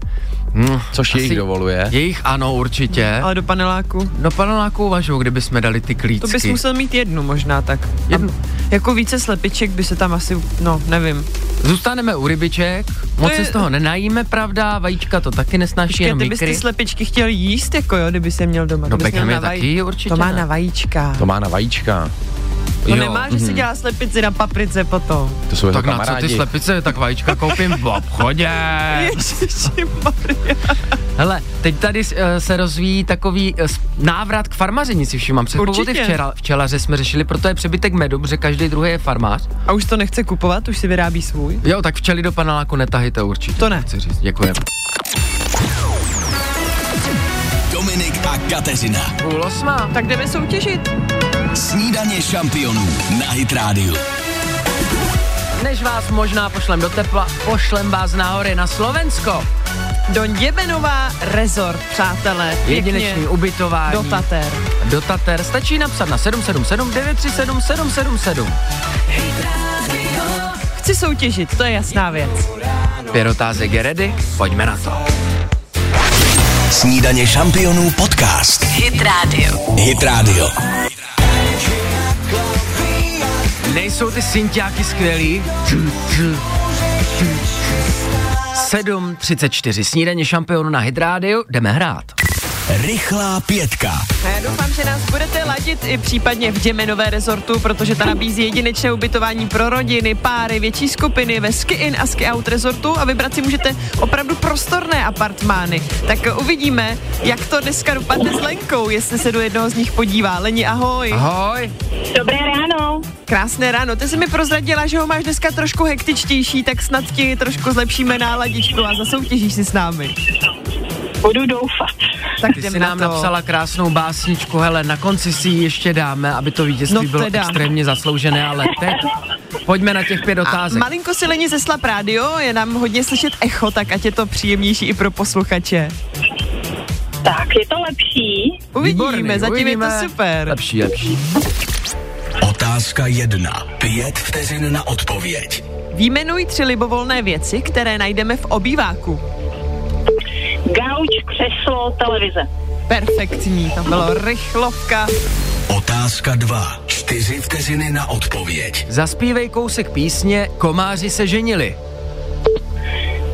[SPEAKER 2] hm,
[SPEAKER 6] Což
[SPEAKER 2] asi-
[SPEAKER 6] jejich dovoluje.
[SPEAKER 2] Jejich ano, určitě.
[SPEAKER 3] Ale do paneláku.
[SPEAKER 2] No paneláku uvažuju, kdyby jsme dali ty
[SPEAKER 3] Mm, To
[SPEAKER 2] klíčky.
[SPEAKER 3] bys musel mít jednu možná tak.
[SPEAKER 2] Jednu.
[SPEAKER 3] A jako více slepiček by se tam asi, no nevím.
[SPEAKER 2] Zůstaneme u rybiček, moc
[SPEAKER 3] je-
[SPEAKER 2] se z toho nenajíme, pravda, vajíčka to taky nesnáší,
[SPEAKER 3] Počkej,
[SPEAKER 2] jenom
[SPEAKER 3] ty bys ty
[SPEAKER 2] mikry.
[SPEAKER 3] slepičky chtěl jíst, jako jo, kdyby se měl doma.
[SPEAKER 2] No
[SPEAKER 3] Kdybys
[SPEAKER 2] Beckham
[SPEAKER 3] měl
[SPEAKER 2] je
[SPEAKER 3] na vaj-
[SPEAKER 2] taky určitě
[SPEAKER 3] To má
[SPEAKER 2] ne.
[SPEAKER 3] na vajíčka.
[SPEAKER 6] To má na vajíčka.
[SPEAKER 3] To
[SPEAKER 2] jo.
[SPEAKER 3] nemá, že si dělá slepici na paprice potom.
[SPEAKER 6] To jsou jeho
[SPEAKER 2] Tak na co
[SPEAKER 6] kamarádi.
[SPEAKER 2] ty slepice, tak vajíčka koupím v obchodě.
[SPEAKER 3] Ježiši,
[SPEAKER 2] Hele, teď tady eh, se rozvíjí takový eh, s- návrat k farmaření, si všimám. Před chvilkou ty
[SPEAKER 3] Určitě.
[SPEAKER 2] včera, včelaře jsme řešili, proto je přebytek medu, protože každý druhý je farmář.
[SPEAKER 3] A už to nechce kupovat, už si vyrábí svůj.
[SPEAKER 2] Jo, tak včely do paneláku netahejte určitě.
[SPEAKER 3] To ne.
[SPEAKER 2] Chci říct, děkujeme.
[SPEAKER 1] Dominik a Kateřina.
[SPEAKER 2] Půl osma.
[SPEAKER 3] Tak jdeme soutěžit.
[SPEAKER 1] Snídaně šampionů na Hit Radio.
[SPEAKER 2] Než vás možná pošlem do tepla, pošlem vás nahoře na Slovensko.
[SPEAKER 3] Do Děbenová resort, přátelé. Pěkně.
[SPEAKER 2] Jedinečný ubytování.
[SPEAKER 3] Do Tater.
[SPEAKER 2] Do Tater. Stačí napsat na 777 937 777.
[SPEAKER 3] Chci soutěžit, to je jasná věc.
[SPEAKER 2] Pět otázek je ready, pojďme na to.
[SPEAKER 1] Snídaně šampionů podcast.
[SPEAKER 8] Hit Radio.
[SPEAKER 1] Hit Radio.
[SPEAKER 2] Nejsou ty synťáky skvělí? 7.34, snídaně šampionu na Hydrádiu, jdeme hrát.
[SPEAKER 1] Rychlá pětka.
[SPEAKER 3] A já doufám, že nás budete ladit i případně v Děmenové rezortu, protože ta nabízí jedinečné ubytování pro rodiny, páry, větší skupiny ve ski in a ski out rezortu a vybrat si můžete opravdu prostorné apartmány. Tak uvidíme, jak to dneska dopadne s Lenkou, jestli se do jednoho z nich podívá. Leni, ahoj.
[SPEAKER 2] Ahoj,
[SPEAKER 9] Dobré ráno.
[SPEAKER 3] Krásné ráno. Ty jsi mi prozradila, že ho máš dneska trošku hektičtější, tak snad ti trošku zlepšíme náladičku a zasoutěžíš si s námi.
[SPEAKER 9] Budu doufat.
[SPEAKER 3] Tak
[SPEAKER 2] ty
[SPEAKER 3] jdem
[SPEAKER 2] jsi nám
[SPEAKER 3] na to.
[SPEAKER 2] napsala krásnou básničku, hele, na konci si ji ještě dáme, aby to vítězství
[SPEAKER 3] No
[SPEAKER 2] bylo
[SPEAKER 3] teda.
[SPEAKER 2] extrémně zasloužené, ale teď pojďme na těch pět
[SPEAKER 3] A
[SPEAKER 2] otázek.
[SPEAKER 3] malinko si Leni zeslap rádio, je nám hodně slyšet echo, tak ať je to příjemnější i pro posluchače.
[SPEAKER 9] Tak, je to lepší.
[SPEAKER 3] Uvidíme,
[SPEAKER 2] Výborný,
[SPEAKER 3] zatím
[SPEAKER 2] uvidíme.
[SPEAKER 3] je to super.
[SPEAKER 2] Lepší, lepší.
[SPEAKER 1] Otázka jedna. Pět vteřin na odpověď.
[SPEAKER 3] Výjmenuj tři libovolné věci, které najdeme v obýváku.
[SPEAKER 9] Gauč, křeslo, televize.
[SPEAKER 3] Perfektní, to bylo rychlovka.
[SPEAKER 1] Otázka dva. Čtyři vteřiny na odpověď.
[SPEAKER 2] Zaspívej kousek písně Komáři se ženili.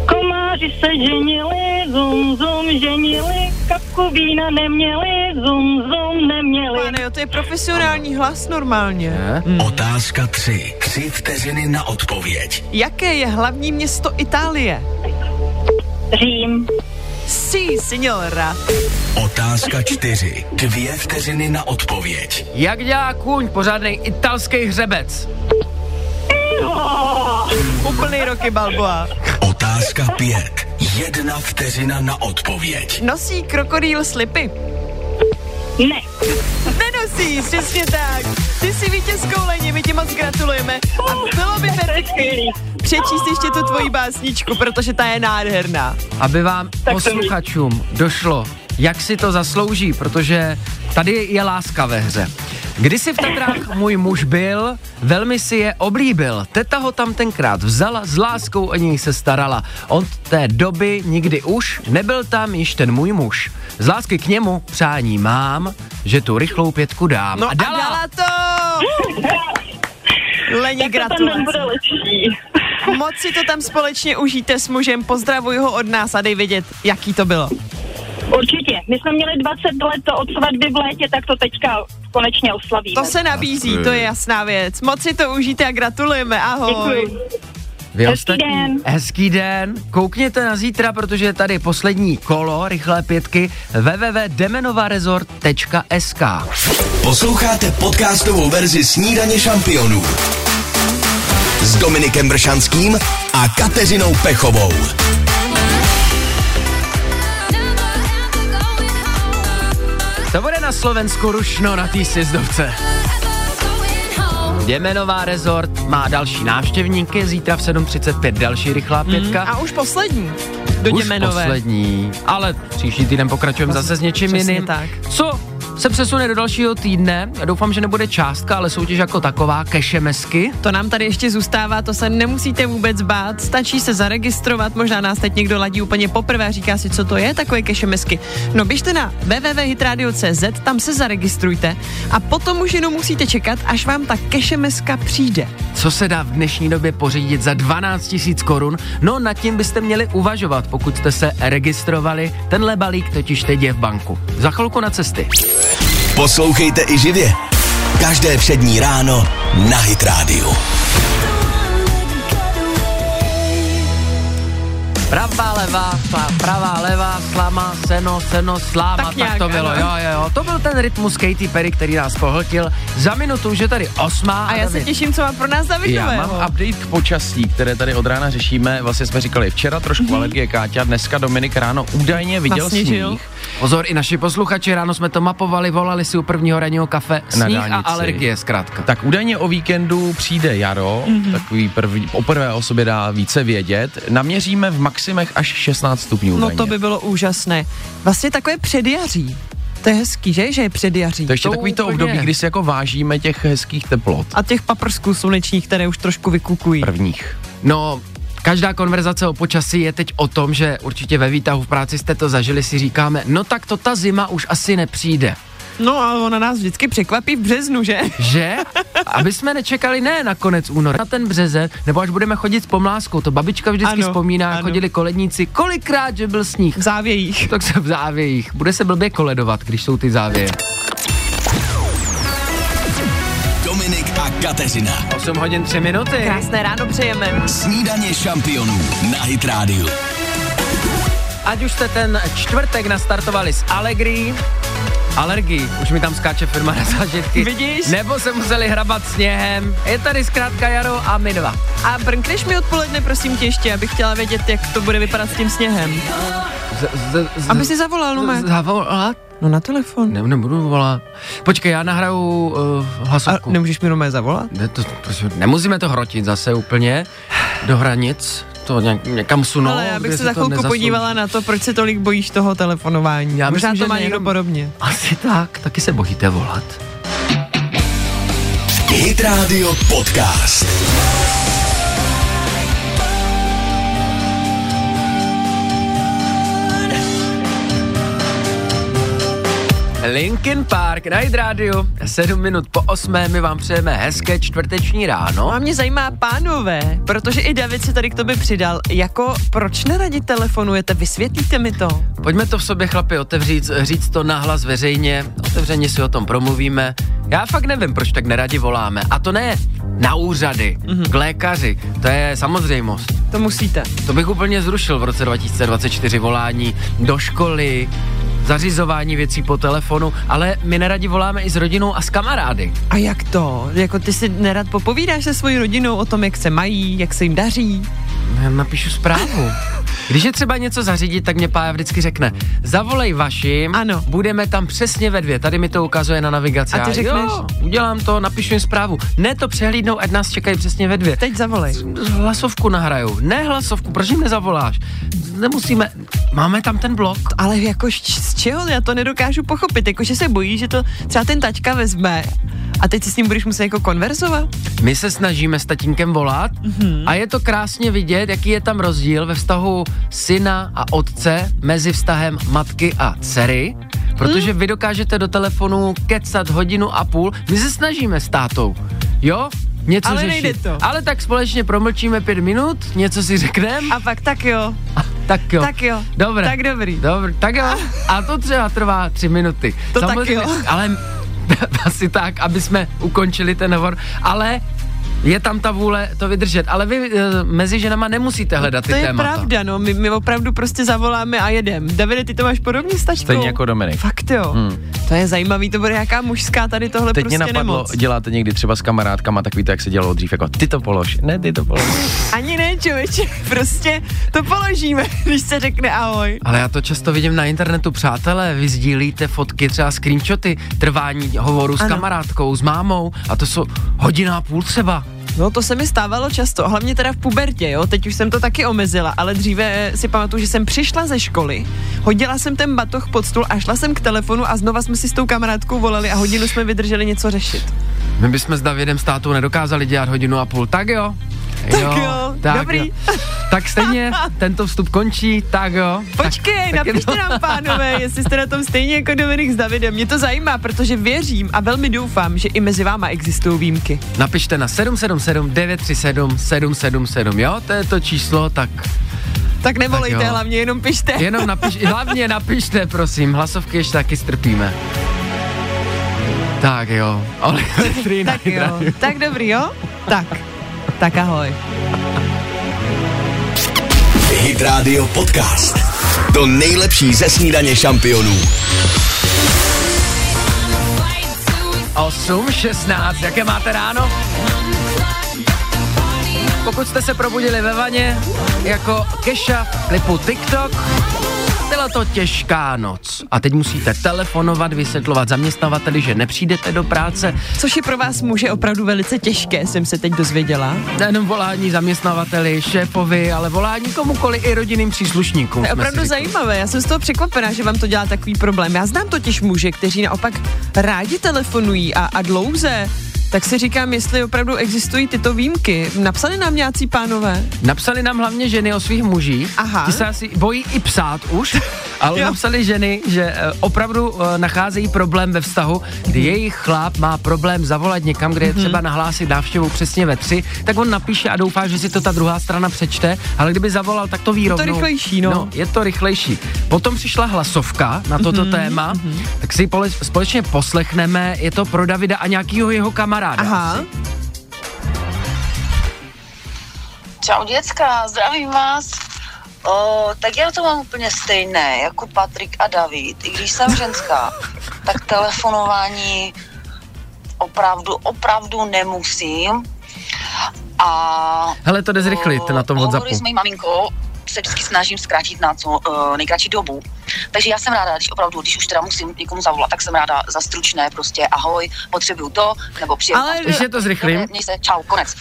[SPEAKER 9] Komáři se ženili, zum, zum, ženili, kapku vína neměli, zum, zum, neměli.
[SPEAKER 3] Pane, jo, to je profesionální hlas normálně.
[SPEAKER 2] Ne?
[SPEAKER 1] Otázka tři. Tři vteřiny na odpověď.
[SPEAKER 3] Jaké je hlavní město Itálie?
[SPEAKER 9] Řím,
[SPEAKER 3] Sí, signora.
[SPEAKER 1] Otázka čtyři. Dvě vteřiny na odpověď.
[SPEAKER 2] Jak dělá kůň pořádnej italský hřebec?
[SPEAKER 3] Úplný roky Balboa.
[SPEAKER 1] Otázka pět. Jedna vteřina na odpověď.
[SPEAKER 3] Nosí krokodýl slipy.
[SPEAKER 9] ne.
[SPEAKER 3] Nenosí, přesně tak. Ty jsi vítězkou Leni, my ti moc gratulujeme. A
[SPEAKER 9] Uh,
[SPEAKER 3] bylo by perfektní přečíst ještě tu tvoji básničku, protože ta je nádherná.
[SPEAKER 2] aby vám tak
[SPEAKER 9] to mi-
[SPEAKER 2] posluchačům došlo, jak si to zaslouží, protože tady je láska ve hře. Když si v Tatrách můj muž byl, velmi si je oblíbil. Teta ho tam tenkrát vzala, s láskou o něj se starala. Od té doby nikdy už nebyl tam již ten můj muž. Z lásky k němu přání mám, že tu rychlou pětku dám.
[SPEAKER 3] No a No dala to! Leni,
[SPEAKER 9] Tak to ten den
[SPEAKER 3] gratulace.
[SPEAKER 9] bude lepší.
[SPEAKER 3] Moc si to tam společně užijte s mužem, pozdravuj ho od nás a dej vědět, jaký to bylo.
[SPEAKER 9] Určitě. My jsme měli 20 let to od svatby v létě, tak to teďka konečně oslavíme.
[SPEAKER 3] To se nabízí, to je jasná věc. Moc si to užijte a gratulujeme, ahoj.
[SPEAKER 9] Děkuji.
[SPEAKER 2] Vy
[SPEAKER 9] Hezký
[SPEAKER 2] ostatní,
[SPEAKER 9] den.
[SPEAKER 2] Hezký den. Koukněte na zítra, protože je tady poslední kolo rychlé pětky www.demenovaresort.sk
[SPEAKER 1] Posloucháte podcastovou verzi Snídaně šampionů s Dominikem Bršanským a Kateřinou Pechovou.
[SPEAKER 2] To bude na Slovensku rušno na té sjezdovce. Demenová rezort má další návštěvníky, zítra v 7.35 další rychlá pětka.
[SPEAKER 3] Mm, A už poslední. Do
[SPEAKER 2] Už
[SPEAKER 3] Děmenové.
[SPEAKER 2] poslední, ale příští týden pokračujeme zase s něčím
[SPEAKER 3] přesně
[SPEAKER 2] jiným.
[SPEAKER 3] tak.
[SPEAKER 2] Co se přesune do dalšího týdne, doufám, že nebude částka, ale soutěž jako taková, kešemesky.
[SPEAKER 3] To nám tady ještě zůstává, to se nemusíte vůbec bát, stačí se zaregistrovat, možná nás teď někdo ladí úplně poprvé a říká si, co to je, takové kešemesky. No běžte na www.hitradio.cz, tam se zaregistrujte a potom už jenom musíte čekat, až vám ta kešemeska přijde.
[SPEAKER 2] Co se dá v dnešní době pořídit za 12 000 korun? No nad tím byste měli uvažovat, pokud jste se registrovali. Tenhle balík totiž teď je v banku. Za chvilku na cesty.
[SPEAKER 1] Poslouchejte i živě. Každé přední ráno na Hit Radio.
[SPEAKER 2] Pravá, levá, slá, pravá, levá, slama, seno, seno, sláma, tak,
[SPEAKER 3] Tak nějak,
[SPEAKER 2] tak to bylo,
[SPEAKER 3] ano.
[SPEAKER 2] jo, jo, jo. To byl ten rytmus Katy Perry, který nás pohltil. Za minutu už je tady osmá.
[SPEAKER 3] A já se
[SPEAKER 2] David-
[SPEAKER 3] těším, co má pro nás
[SPEAKER 6] Já
[SPEAKER 3] Davidové.
[SPEAKER 6] mám update k počasí, které tady od rána řešíme. Vlastně jsme říkali včera trošku
[SPEAKER 2] Mhm.
[SPEAKER 6] mm-hmm. alergie Káťa, dneska Dominik ráno údajně viděl
[SPEAKER 3] Nasněžil.
[SPEAKER 6] sníh.
[SPEAKER 2] Pozor, i naši posluchači, ráno jsme to mapovali, volali si u prvního ranního kafe.
[SPEAKER 6] Na
[SPEAKER 2] Sníh a
[SPEAKER 6] dálnici.
[SPEAKER 2] alergie zkrátka.
[SPEAKER 6] Tak údajně o víkendu přijde jaro,
[SPEAKER 3] Mhm.
[SPEAKER 6] mm-hmm. takový první, poprvé o sobě dá více vědět. Naměříme v maximech až 16 stupňů
[SPEAKER 3] No
[SPEAKER 6] údajně.
[SPEAKER 3] to by bylo úžasné. Vlastně takové předjaří. To je hezký, že? Že je předjaří.
[SPEAKER 6] To ještě
[SPEAKER 2] To
[SPEAKER 6] takový to
[SPEAKER 2] úplně.
[SPEAKER 6] období, kdy si jako vážíme těch hezkých teplot
[SPEAKER 3] A těch paprsků slunečních, které už trošku vykukují.
[SPEAKER 6] prvních.
[SPEAKER 2] No, každá konverzace o počasí je teď o tom, že určitě ve výtahu v práci jste to zažili, si říkáme, no tak to ta zima už asi nepřijde.
[SPEAKER 3] No ale ona nás vždycky překvapí v březnu, že?
[SPEAKER 2] Že? Aby jsme nečekali ne na konec února, na ten březen, nebo až budeme chodit s pomláskou. To babička vždycky ano,
[SPEAKER 3] Ano,
[SPEAKER 2] vzpomíná, ano.
[SPEAKER 3] ano.
[SPEAKER 2] chodili koledníci, kolikrát, že byl sníh.
[SPEAKER 3] V závějích.
[SPEAKER 2] Tak se v závějích. Bude se blbě koledovat, když jsou ty závěje.
[SPEAKER 1] Dominik a Kateřina.
[SPEAKER 2] 8 hodin 3 minuty.
[SPEAKER 3] Krásné ráno přejeme.
[SPEAKER 1] Snídaně šampionů na Hit Radio.
[SPEAKER 2] Ať už jste ten čtvrtek nastartovali s Allegri, alergii, už mi tam skáče firma na zážitky.
[SPEAKER 3] Vidíš?
[SPEAKER 2] Nebo se museli hrabat sněhem. Je tady zkrátka jaro a my dva.
[SPEAKER 3] A brnkneš mi odpoledne, prosím tě ještě, abych chtěla vědět, jak to bude vypadat s tím sněhem.
[SPEAKER 2] Z, z, z,
[SPEAKER 3] Aby si zavolal, Lumek.
[SPEAKER 2] z- Zavolat?
[SPEAKER 3] No na telefon.
[SPEAKER 2] Ne, nebudu volat. Počkej, já nahraju uh,
[SPEAKER 3] A
[SPEAKER 2] hlasovku.
[SPEAKER 3] nemůžeš mi Romé zavolat?
[SPEAKER 2] Ne, to, prosím, nemusíme to hrotit zase úplně do hranic, to nějak, někam sunou.
[SPEAKER 3] Ale já bych
[SPEAKER 2] kde
[SPEAKER 3] se za
[SPEAKER 2] No, to
[SPEAKER 3] chvilku
[SPEAKER 2] nezaslouží.
[SPEAKER 3] podívala na to, proč se tolik bojíš toho telefonování.
[SPEAKER 2] Já
[SPEAKER 3] Já Možná
[SPEAKER 2] myslím, že
[SPEAKER 3] to má někdo
[SPEAKER 2] nejenom-
[SPEAKER 3] podobně.
[SPEAKER 2] Asi tak, taky se bojíte volat.
[SPEAKER 1] Hit Radio Podcast.
[SPEAKER 2] Linkin Park, Night Radio, 7 minut po 8, my vám přejeme hezké čtvrteční ráno.
[SPEAKER 3] A mě zajímá pánové, protože i David se tady k tobě přidal. Jako, proč neradi telefonujete? Vysvětlíte mi to?
[SPEAKER 2] Pojďme to v sobě, chlapi, otevřít, říct to nahlas veřejně, otevřeně si o tom promluvíme. Já fakt nevím, proč tak neradi voláme. A to ne na úřady, mm-hmm. k lékaři, to je samozřejmost.
[SPEAKER 3] To musíte.
[SPEAKER 2] To bych úplně zrušil v roce 2024 volání do školy, zařizování věcí po telefonu, ale my neradi voláme i s rodinou a s kamarády.
[SPEAKER 3] A jak to? Jako ty si nerad popovídáš se svojí rodinou o tom, jak se mají, jak se jim daří?
[SPEAKER 2] No, Já napíšu zprávu. Když je třeba něco zařídit, tak mě Pája vždycky řekne, zavolej vašim,
[SPEAKER 3] Ano.
[SPEAKER 2] budeme tam přesně ve dvě, tady mi to ukazuje na navigaci.
[SPEAKER 3] A ty
[SPEAKER 2] Já,
[SPEAKER 3] řekneš?
[SPEAKER 2] Jo, udělám to, napíšu jim zprávu. Ne to přehlídnou, ať nás čekají přesně ve dvě.
[SPEAKER 3] Teď zavolej.
[SPEAKER 2] Hlasovku nahraju. Ne hlasovku, proč jim nezavoláš? Nemusíme, máme tam ten blok.
[SPEAKER 3] Ale jako š- z čeho? Já to nedokážu pochopit. Jako, že se bojí, že to třeba ten taťka vezme a teď si s ním budeš muset jako konverzovat?
[SPEAKER 2] My se snažíme s tatínkem volat
[SPEAKER 3] Mhm.
[SPEAKER 2] mm-hmm. a je to krásně vidět, jaký je tam rozdíl ve vztahu syna a otce mezi vztahem matky a dcery. protože
[SPEAKER 3] Mhm.
[SPEAKER 2] vy dokážete do telefonu kecat hodinu a půl. My se snažíme s tátou, jo? Něco
[SPEAKER 3] Ale
[SPEAKER 2] řešit.
[SPEAKER 3] nejde to.
[SPEAKER 2] Ale tak společně promlčíme pět minut, něco si řekneme
[SPEAKER 3] A pak tak jo,
[SPEAKER 2] tak jo.
[SPEAKER 3] tak jo.
[SPEAKER 2] Dobré.
[SPEAKER 3] Tak dobrý.
[SPEAKER 2] Dobr, tak jo. A to třeba trvá tři minuty.
[SPEAKER 3] To tak jo.
[SPEAKER 2] Ale asi tak, aby jsme ukončili ten hovor. Ale je tam ta vůle to vydržet. Ale vy eh, mezi ženama nemusíte hledat ty
[SPEAKER 3] To je
[SPEAKER 2] témata.
[SPEAKER 3] pravda, no, my, my opravdu prostě zavoláme a jedem. Davide, ty to máš podobně s taškou?
[SPEAKER 6] Stejně jako Dominik.
[SPEAKER 3] No, Fakt jo.
[SPEAKER 6] Hmm.
[SPEAKER 3] To je zajímavý, to bude jaká mužská tady tohle
[SPEAKER 6] Teď
[SPEAKER 3] prostě
[SPEAKER 6] mě napadlo,
[SPEAKER 3] nemoc.
[SPEAKER 6] děláte někdy třeba s kamarádkama, tak víte, jak se dělalo dřív, jako ty to polož, ne ty to polož.
[SPEAKER 3] Ani ne, člověče, prostě to položíme, když se řekne ahoj.
[SPEAKER 2] Ale já to často vidím na internetu, přátelé, vy sdílíte fotky, třeba screenshoty, trvání hovoru s
[SPEAKER 3] Ano.
[SPEAKER 2] kamarádkou, s mámou a to jsou hodina a půl třeba.
[SPEAKER 3] No to se mi stávalo často, hlavně teda v pubertě, jo, teď už jsem to taky omezila, ale dříve eh, si pamatuju, že jsem přišla ze školy, hodila jsem ten batoh pod stůl a šla jsem k telefonu a znova jsme si s tou kamarádkou volali a hodinu jsme vydrželi něco řešit.
[SPEAKER 2] My bychom s Davidem s tátou nedokázali dělat hodinu a půl, tak jo?
[SPEAKER 3] Tak jo, dobrý.
[SPEAKER 2] Tak stejně, tento vstup končí, tak jo.
[SPEAKER 3] Počkej,
[SPEAKER 2] tak je
[SPEAKER 3] napište
[SPEAKER 2] to-
[SPEAKER 3] nám, pánové, jestli jste na tom stejně jako Dominik s Davidem. Mě to zajímá, protože věřím a velmi doufám, že i mezi váma existují výjimky.
[SPEAKER 2] Napište na 777 937 777, jo? To je to číslo, tak
[SPEAKER 3] Tak nevolejte,
[SPEAKER 2] Tak jo.
[SPEAKER 3] hlavně jenom pište.
[SPEAKER 2] jenom napiš, hlavně napište, prosím, hlasovky ještě taky strpíme. Tak jo, Oliver Tree na
[SPEAKER 3] Tak jo, tak dobrý, jo? Tak, tak ahoj.
[SPEAKER 1] Hit Radio Podcast. To nejlepší ze snídaně šampionů.
[SPEAKER 2] 8, 16, jaké máte ráno? Pokud jste se probudili ve vaně, jako Keša v klipu TikTok, byla to těžká noc. A teď musíte telefonovat, vysvětlovat zaměstnavateli, že nepřijdete do práce.
[SPEAKER 3] Což je pro vás muže opravdu velice těžké, jsem se teď dozvěděla.
[SPEAKER 2] Nejenom volání zaměstnavateli, šéfovi, ale volání komukoli i rodinným příslušníkům.
[SPEAKER 3] To je
[SPEAKER 2] jsme si
[SPEAKER 3] opravdu
[SPEAKER 2] řekli.
[SPEAKER 3] zajímavé, já jsem z toho překvapená, že vám to dělá takový problém. Já znám totiž muže, kteří naopak rádi telefonují a, a dlouze. Tak si říkám, jestli opravdu existují tyto výjimky. Napsali nám nějací pánové?
[SPEAKER 2] Napsali nám hlavně ženy o svých mužích.
[SPEAKER 3] Aha.
[SPEAKER 2] Ti se asi bojí i psát už, ale
[SPEAKER 3] Jo.
[SPEAKER 2] napsali ženy, že eh, opravdu eh, nacházejí problém ve vztahu, kdy
[SPEAKER 3] Mhm.
[SPEAKER 2] jejich chlap má problém zavolat někam, kde je třeba nahlásit návštěvu přesně ve tři, tak on napíše a doufá, že si to ta druhá strana přečte, ale kdyby zavolal, tak to ví rovnou.
[SPEAKER 3] rychlejší, no.
[SPEAKER 2] no je to rychlejší. Potom přišla hlasovka na toto
[SPEAKER 3] Mhm,
[SPEAKER 2] téma, tak si ji pole- společně poslechneme, je to pro Davida a nějakýho jeho kamaráda.
[SPEAKER 3] Aha.
[SPEAKER 2] asi.
[SPEAKER 8] Čau děcka, zdravím vás. O, tak já to mám úplně stejné, jako Patrik a David. I když jsem ženská, tak telefonování opravdu, opravdu nemusím. A
[SPEAKER 2] Hele, to jde zrychlit na tom
[SPEAKER 8] o,
[SPEAKER 2] WhatsAppu.
[SPEAKER 8] Hovory s mojí maminkou se vždycky snažím zkrátit na co uh, nejkratší dobu. Takže já jsem ráda, když opravdu, když už teda musím někomu zavolat, tak jsem ráda za stručné prostě ahoj, potřebuju to, nebo přijdu.
[SPEAKER 3] Ale-
[SPEAKER 2] Ještě to zrychlím.
[SPEAKER 8] Měj se, čau, konec.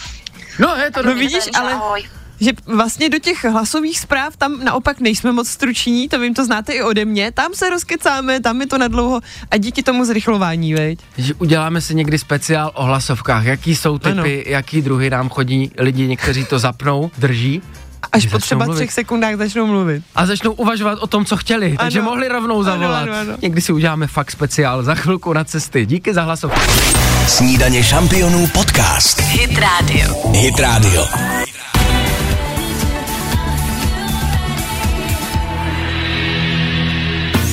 [SPEAKER 2] No, je to
[SPEAKER 3] No
[SPEAKER 2] dobrý.
[SPEAKER 3] vidíš, ale
[SPEAKER 8] Ahoj.
[SPEAKER 3] že vlastně do těch hlasových zpráv tam naopak nejsme moc struční, to vím, to znáte i ode mě, tam se rozkecáme, tam je to nadlouho a díky tomu zrychlování, veď.
[SPEAKER 2] Že uděláme si někdy speciál o hlasovkách. Jaký jsou typy,
[SPEAKER 3] Ano.
[SPEAKER 2] jaký druhy nám chodí lidi, někteří to zapnou, drží
[SPEAKER 3] Až
[SPEAKER 2] Začnou
[SPEAKER 3] po třeba
[SPEAKER 2] mluvit.
[SPEAKER 3] třech sekundách začnou mluvit.
[SPEAKER 2] a začnou uvažovat o tom, co chtěli. Takže mohli rovnou
[SPEAKER 3] Ano,
[SPEAKER 2] zavolat.
[SPEAKER 3] ano, ano.
[SPEAKER 2] Někdy si uděláme fakt speciál za chvilku na cesty. Díky za hlasovku.
[SPEAKER 1] Snídaně šampionů podcast.
[SPEAKER 10] Hit Radio.
[SPEAKER 1] Hit Radio.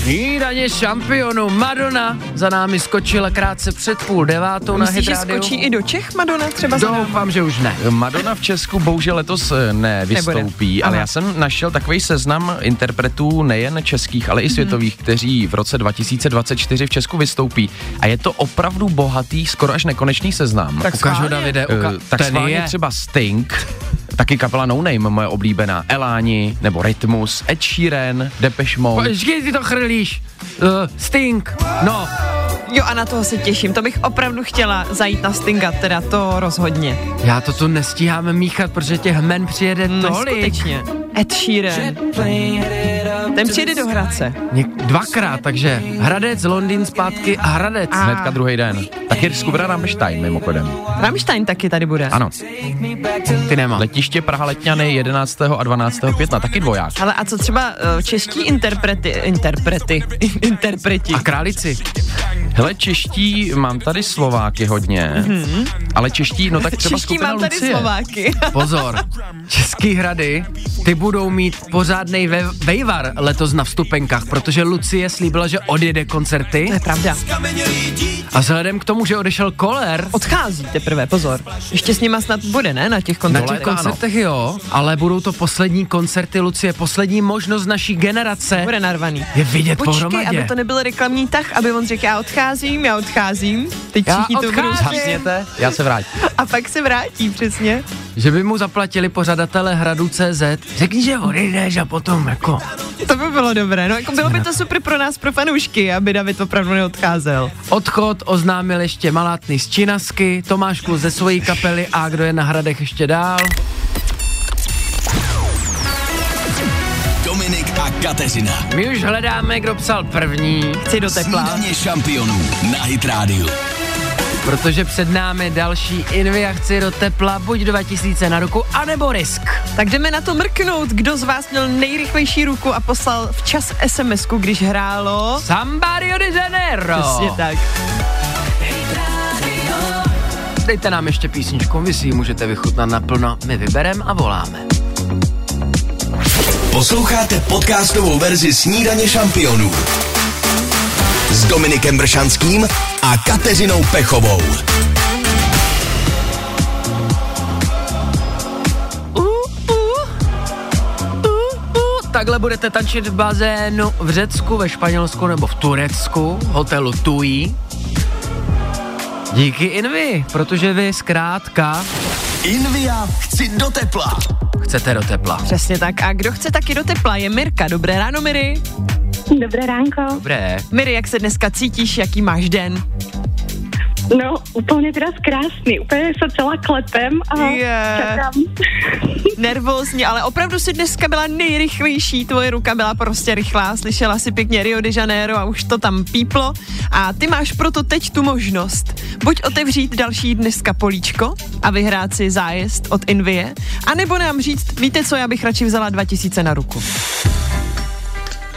[SPEAKER 2] Jídaně šampionu Madonna za námi skočila krátce před půl devátou na
[SPEAKER 3] Myslíš,
[SPEAKER 2] Hit
[SPEAKER 3] že
[SPEAKER 2] Radio.
[SPEAKER 3] skočí i do Čech Madonna třeba za náma?
[SPEAKER 2] Doufám, že už ne.
[SPEAKER 6] Madonna v Česku bohužel letos eh, nevystoupí,
[SPEAKER 3] Nebude.
[SPEAKER 6] ale
[SPEAKER 3] Aha.
[SPEAKER 6] já jsem našel takový seznam interpretů nejen českých,
[SPEAKER 3] Mhm.
[SPEAKER 6] ale i světových, kteří v roce 2024 v Česku vystoupí. A je to opravdu bohatý, skoro až nekonečný seznam.
[SPEAKER 3] Tak
[SPEAKER 2] Ukaž ho,
[SPEAKER 3] schválně.
[SPEAKER 2] Davide,
[SPEAKER 6] Eh,
[SPEAKER 2] uka-
[SPEAKER 6] tak
[SPEAKER 2] ten
[SPEAKER 6] schválně
[SPEAKER 2] je.
[SPEAKER 6] třeba Sting, taky kapela No Name, moje oblíbená, Eláni, nebo Rytmus, Ed Sheeran, Depeche Mode.
[SPEAKER 2] Počkej, ty to chrlíš. Uh, Sting. No,
[SPEAKER 3] Jo a na toho se těším, to bych opravdu chtěla zajít na Stinga, teda to rozhodně.
[SPEAKER 2] já to tu
[SPEAKER 3] No,
[SPEAKER 2] nestíháme míchat, protože těch men přijede tolik.
[SPEAKER 3] Neskutečně. Ed Sheeran. Ten přijede do Hradce.
[SPEAKER 2] Něk- dvakrát, takže Hradec, Londýn zpátky a Hradec.
[SPEAKER 3] A-
[SPEAKER 6] Hnedka druhý den. Taky skupina Rammstein mimochodem.
[SPEAKER 3] Rammstein taky tady bude.
[SPEAKER 6] Ano,
[SPEAKER 2] Ty nemám.
[SPEAKER 6] letiště Praha Letňany 11. a 12. května, taky dvoják.
[SPEAKER 3] Ale a co třeba eh, čeští interprety, interprety, interpreti?
[SPEAKER 2] A králici.
[SPEAKER 6] Hele, čeští, mám tady Slováky hodně, mm-hmm. ale čeští, no tak třeba
[SPEAKER 3] Mhm. Čeští
[SPEAKER 6] skupina
[SPEAKER 3] mám tady
[SPEAKER 6] Lucie.
[SPEAKER 3] Slováky.
[SPEAKER 2] Pozor, Český hrady, ty budou mít pořádný ve- vejvar letos na vstupenkách, protože Lucie slíbila, že odjede koncerty
[SPEAKER 3] To je pravda.
[SPEAKER 2] a vzhledem k tomu, že odešel koler,
[SPEAKER 3] Odchází teprve, pozor. Ještě s nima snad bude, ne? Na těch
[SPEAKER 2] na
[SPEAKER 3] koncertech.
[SPEAKER 2] těch koncertech jo, ale budou to poslední koncerty Lucie, poslední možnost naší generace
[SPEAKER 3] Bude narvaný.
[SPEAKER 2] je vidět
[SPEAKER 3] Počkej, aby
[SPEAKER 2] pohromadě.
[SPEAKER 3] to nebyl reklamní tah, aby on řekl, já odcházím, já odcházím. Teď
[SPEAKER 2] Já
[SPEAKER 3] všichni to budou
[SPEAKER 2] odcházím.
[SPEAKER 3] říct.
[SPEAKER 6] Zapněte, já se vrátím.
[SPEAKER 3] A pak se vrátí, přesně.
[SPEAKER 2] Že by mu zaplatili pořadatele Hradu CZ, řekni, že odejdeš a potom jako...
[SPEAKER 3] To by bylo dobré. No, jako bylo by to super pro nás, pro fanoušky, aby David opravdu neodcházel.
[SPEAKER 2] Odchod oznámil ještě Malátny z Činasky, Tomáš Klus ze svojí kapely a kdo je na Hradech ještě dál.
[SPEAKER 1] Dominik a Kateřina.
[SPEAKER 2] My už hledáme, kdo psal první,
[SPEAKER 3] Chci do tepla.
[SPEAKER 1] Snídaně šampionů na Hit Radio.
[SPEAKER 2] protože před námi další inviakci do tepla, buď 2000 na ruku, anebo risk.
[SPEAKER 3] Tak jdeme na to mrknout, kdo z vás měl nejrychlejší ruku a poslal včas sms když hrálo.
[SPEAKER 2] Samba Rio de Janeiro.
[SPEAKER 3] Přesně tak.
[SPEAKER 2] Dejte nám ještě písničku, vy si ji můžete vychutnat naplno, my vyberem a voláme.
[SPEAKER 1] Posloucháte podcastovou verzi Snídaně šampionů s Dominikem Bršanským a Kateřinou Pechovou.
[SPEAKER 2] Uh, uh, uh, uh. Takhle budete tančit v bazénu v Řecku, ve Španělsku nebo v Turecku, hotelu Tui. Díky Invi, protože vy zkrátka
[SPEAKER 1] Invia chci do tepla.
[SPEAKER 2] chcete do tepla.
[SPEAKER 3] Přesně tak. A kdo chce taky do tepla, je Mirka. Dobré ráno, Miri.
[SPEAKER 9] Dobré ránko.
[SPEAKER 2] Dobré.
[SPEAKER 3] Miri, jak se dneska cítíš, jaký máš den?
[SPEAKER 9] No, úplně teraz krásný. Úplně se celá klepem a
[SPEAKER 3] Je.
[SPEAKER 9] čekám.
[SPEAKER 3] Nervózní, ale opravdu si dneska byla nejrychlejší, tvoje ruka byla prostě rychlá, slyšela si pěkně Rio de Janeiro a už to tam píplo a ty máš proto teď tu možnost buď otevřít další dneska políčko a vyhrát si zájezd od Invie, anebo nám říct, víte co, já bych radši vzala 2000 na ruku.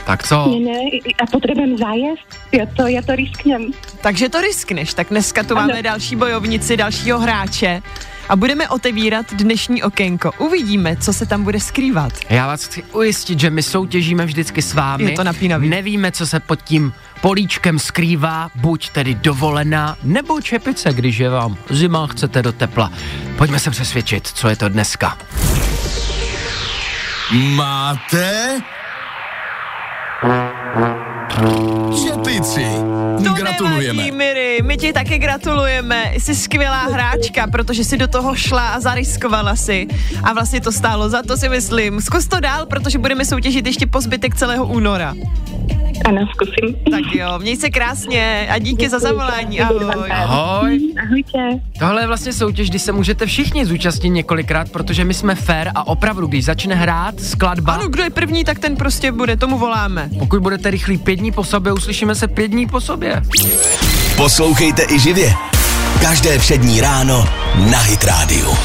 [SPEAKER 2] Tak co?
[SPEAKER 9] Ne, ne, a potřebujem zájezd. Já to, já to risknem.
[SPEAKER 3] Takže to riskneš, tak dneska tu máme další bojovnici, dalšího hráče a budeme otevírat dnešní okénko. Uvidíme, co se tam bude skrývat.
[SPEAKER 2] Já vás chci ujistit, že my soutěžíme vždycky s vámi.
[SPEAKER 3] Je to napínavý.
[SPEAKER 2] Nevíme, co se pod tím políčkem skrývá, buď tedy dovolená, nebo čepice, když je vám zima, chcete do tepla. Pojďme se přesvědčit, co je to dneska.
[SPEAKER 1] Máte? Čepici.
[SPEAKER 3] To
[SPEAKER 1] Gratulujeme.
[SPEAKER 3] nevadí, Miri, my ti taky gratulujeme. Jsi skvělá hráčka, protože jsi do toho šla a zariskovala si. A vlastně to stálo za to, si myslím. Zkus to dál, protože budeme soutěžit ještě po zbytek celého února.
[SPEAKER 9] Ano, zkusím.
[SPEAKER 3] Tak jo, měj se krásně a díky za zavolání. Ahoj.
[SPEAKER 2] Ahoj.
[SPEAKER 9] Ahojte.
[SPEAKER 2] Tohle je vlastně soutěž, kdy se můžete všichni zúčastnit několikrát, protože my jsme fair a opravdu, když začne hrát skladba,
[SPEAKER 3] Ano, No, kdo je první, tak ten prostě bude, tomu voláme.
[SPEAKER 2] pokud budete rychlí pět dní po sobě, uslyšíme se pět dní po sobě.
[SPEAKER 1] Poslouchejte i živě. Každé přední ráno na Hit Radio.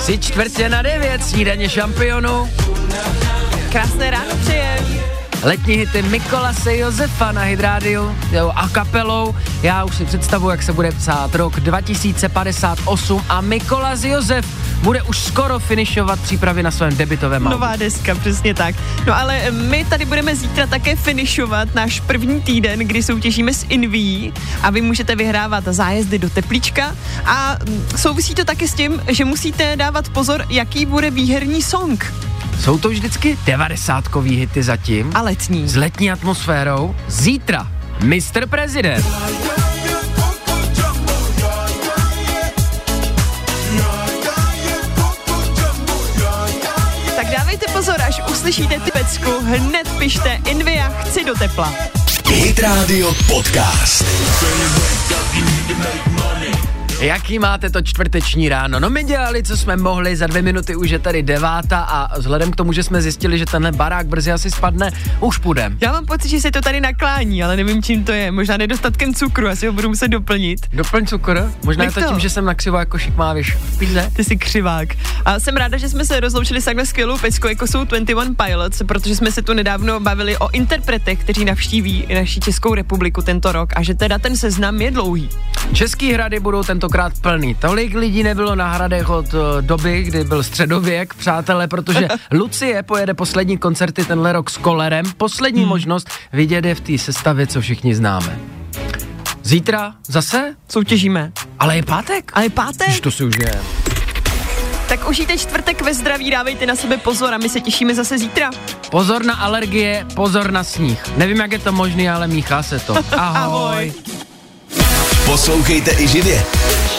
[SPEAKER 2] Jsi čtvrtě na devět, snídaně šampionu,
[SPEAKER 3] Krásné ráno přejem.
[SPEAKER 2] letní hity Mikolase Josefa na Hydrádiu jo, a kapelou. Já už si představuji, jak se bude psát rok 2058 a Mikolas Josef bude už skoro finišovat přípravy na svém debitovém albu.
[SPEAKER 3] Nová deska, přesně tak. No ale my tady budeme zítra také finišovat náš první týden, kdy soutěžíme s Inví a vy můžete vyhrávat zájezdy do teplíčka a mm, souvisí to taky s tím, že musíte dávat pozor, jaký bude výherní song
[SPEAKER 2] Jsou to vždycky devadesátkový hity zatím.
[SPEAKER 3] a letní.
[SPEAKER 2] s letní atmosférou zítra. Mr. Prezident.
[SPEAKER 3] Tak dávejte pozor, až uslyšíte typecku, hned pište Invia chci do tepla.
[SPEAKER 1] Hit Radio Podcast.
[SPEAKER 2] Jaký máte to čtvrteční ráno? No my dělali, co jsme mohli, za dvě minuty už je tady devátá a vzhledem k tomu, že jsme zjistili, že tenhle barák brzy asi spadne, už půjdem.
[SPEAKER 3] Já mám pocit, že se to tady naklání, ale nevím, čím to je. Možná nedostatkem cukru, asi ho budu muset doplnit.
[SPEAKER 2] Doplň cukr, možná je
[SPEAKER 3] Nech
[SPEAKER 2] to
[SPEAKER 3] to.
[SPEAKER 2] tím, že jsem nakřivá jako šikmávěš v píze.
[SPEAKER 3] Ty jsi křivák. A jsem ráda, že jsme se rozloučili s takhle skvělou peckou, jako jsou 21 Pilots, protože jsme se tu nedávno bavili o interpretech, kteří navštíví i naši Českou republiku tento rok a že teda ten seznam je dlouhý.
[SPEAKER 2] Český hrady budou tentokrát plný. Tolik lidí nebylo na hradech od eh, doby, kdy byl středověk, přátelé, protože Lucie pojede poslední koncerty tenhle rok s kolerem. Poslední hmm. možnost vidět je v té sestavě, co všichni známe. Zítra zase,
[SPEAKER 3] Soutěžíme.
[SPEAKER 2] ale je pátek.
[SPEAKER 3] Ale pátek?
[SPEAKER 2] Už to si už je.
[SPEAKER 3] Tak užijte čtvrtek ve zdraví, dávejte na sebe pozor a my se těšíme zase zítra.
[SPEAKER 2] Pozor na alergie, pozor na sníh. Nevím, jak je to možné, ale míchá se to. Ahoj. Ahoj.
[SPEAKER 3] Ahoj.
[SPEAKER 1] Poslouchejte i živě.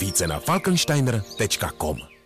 [SPEAKER 7] Více na falkensteiner.com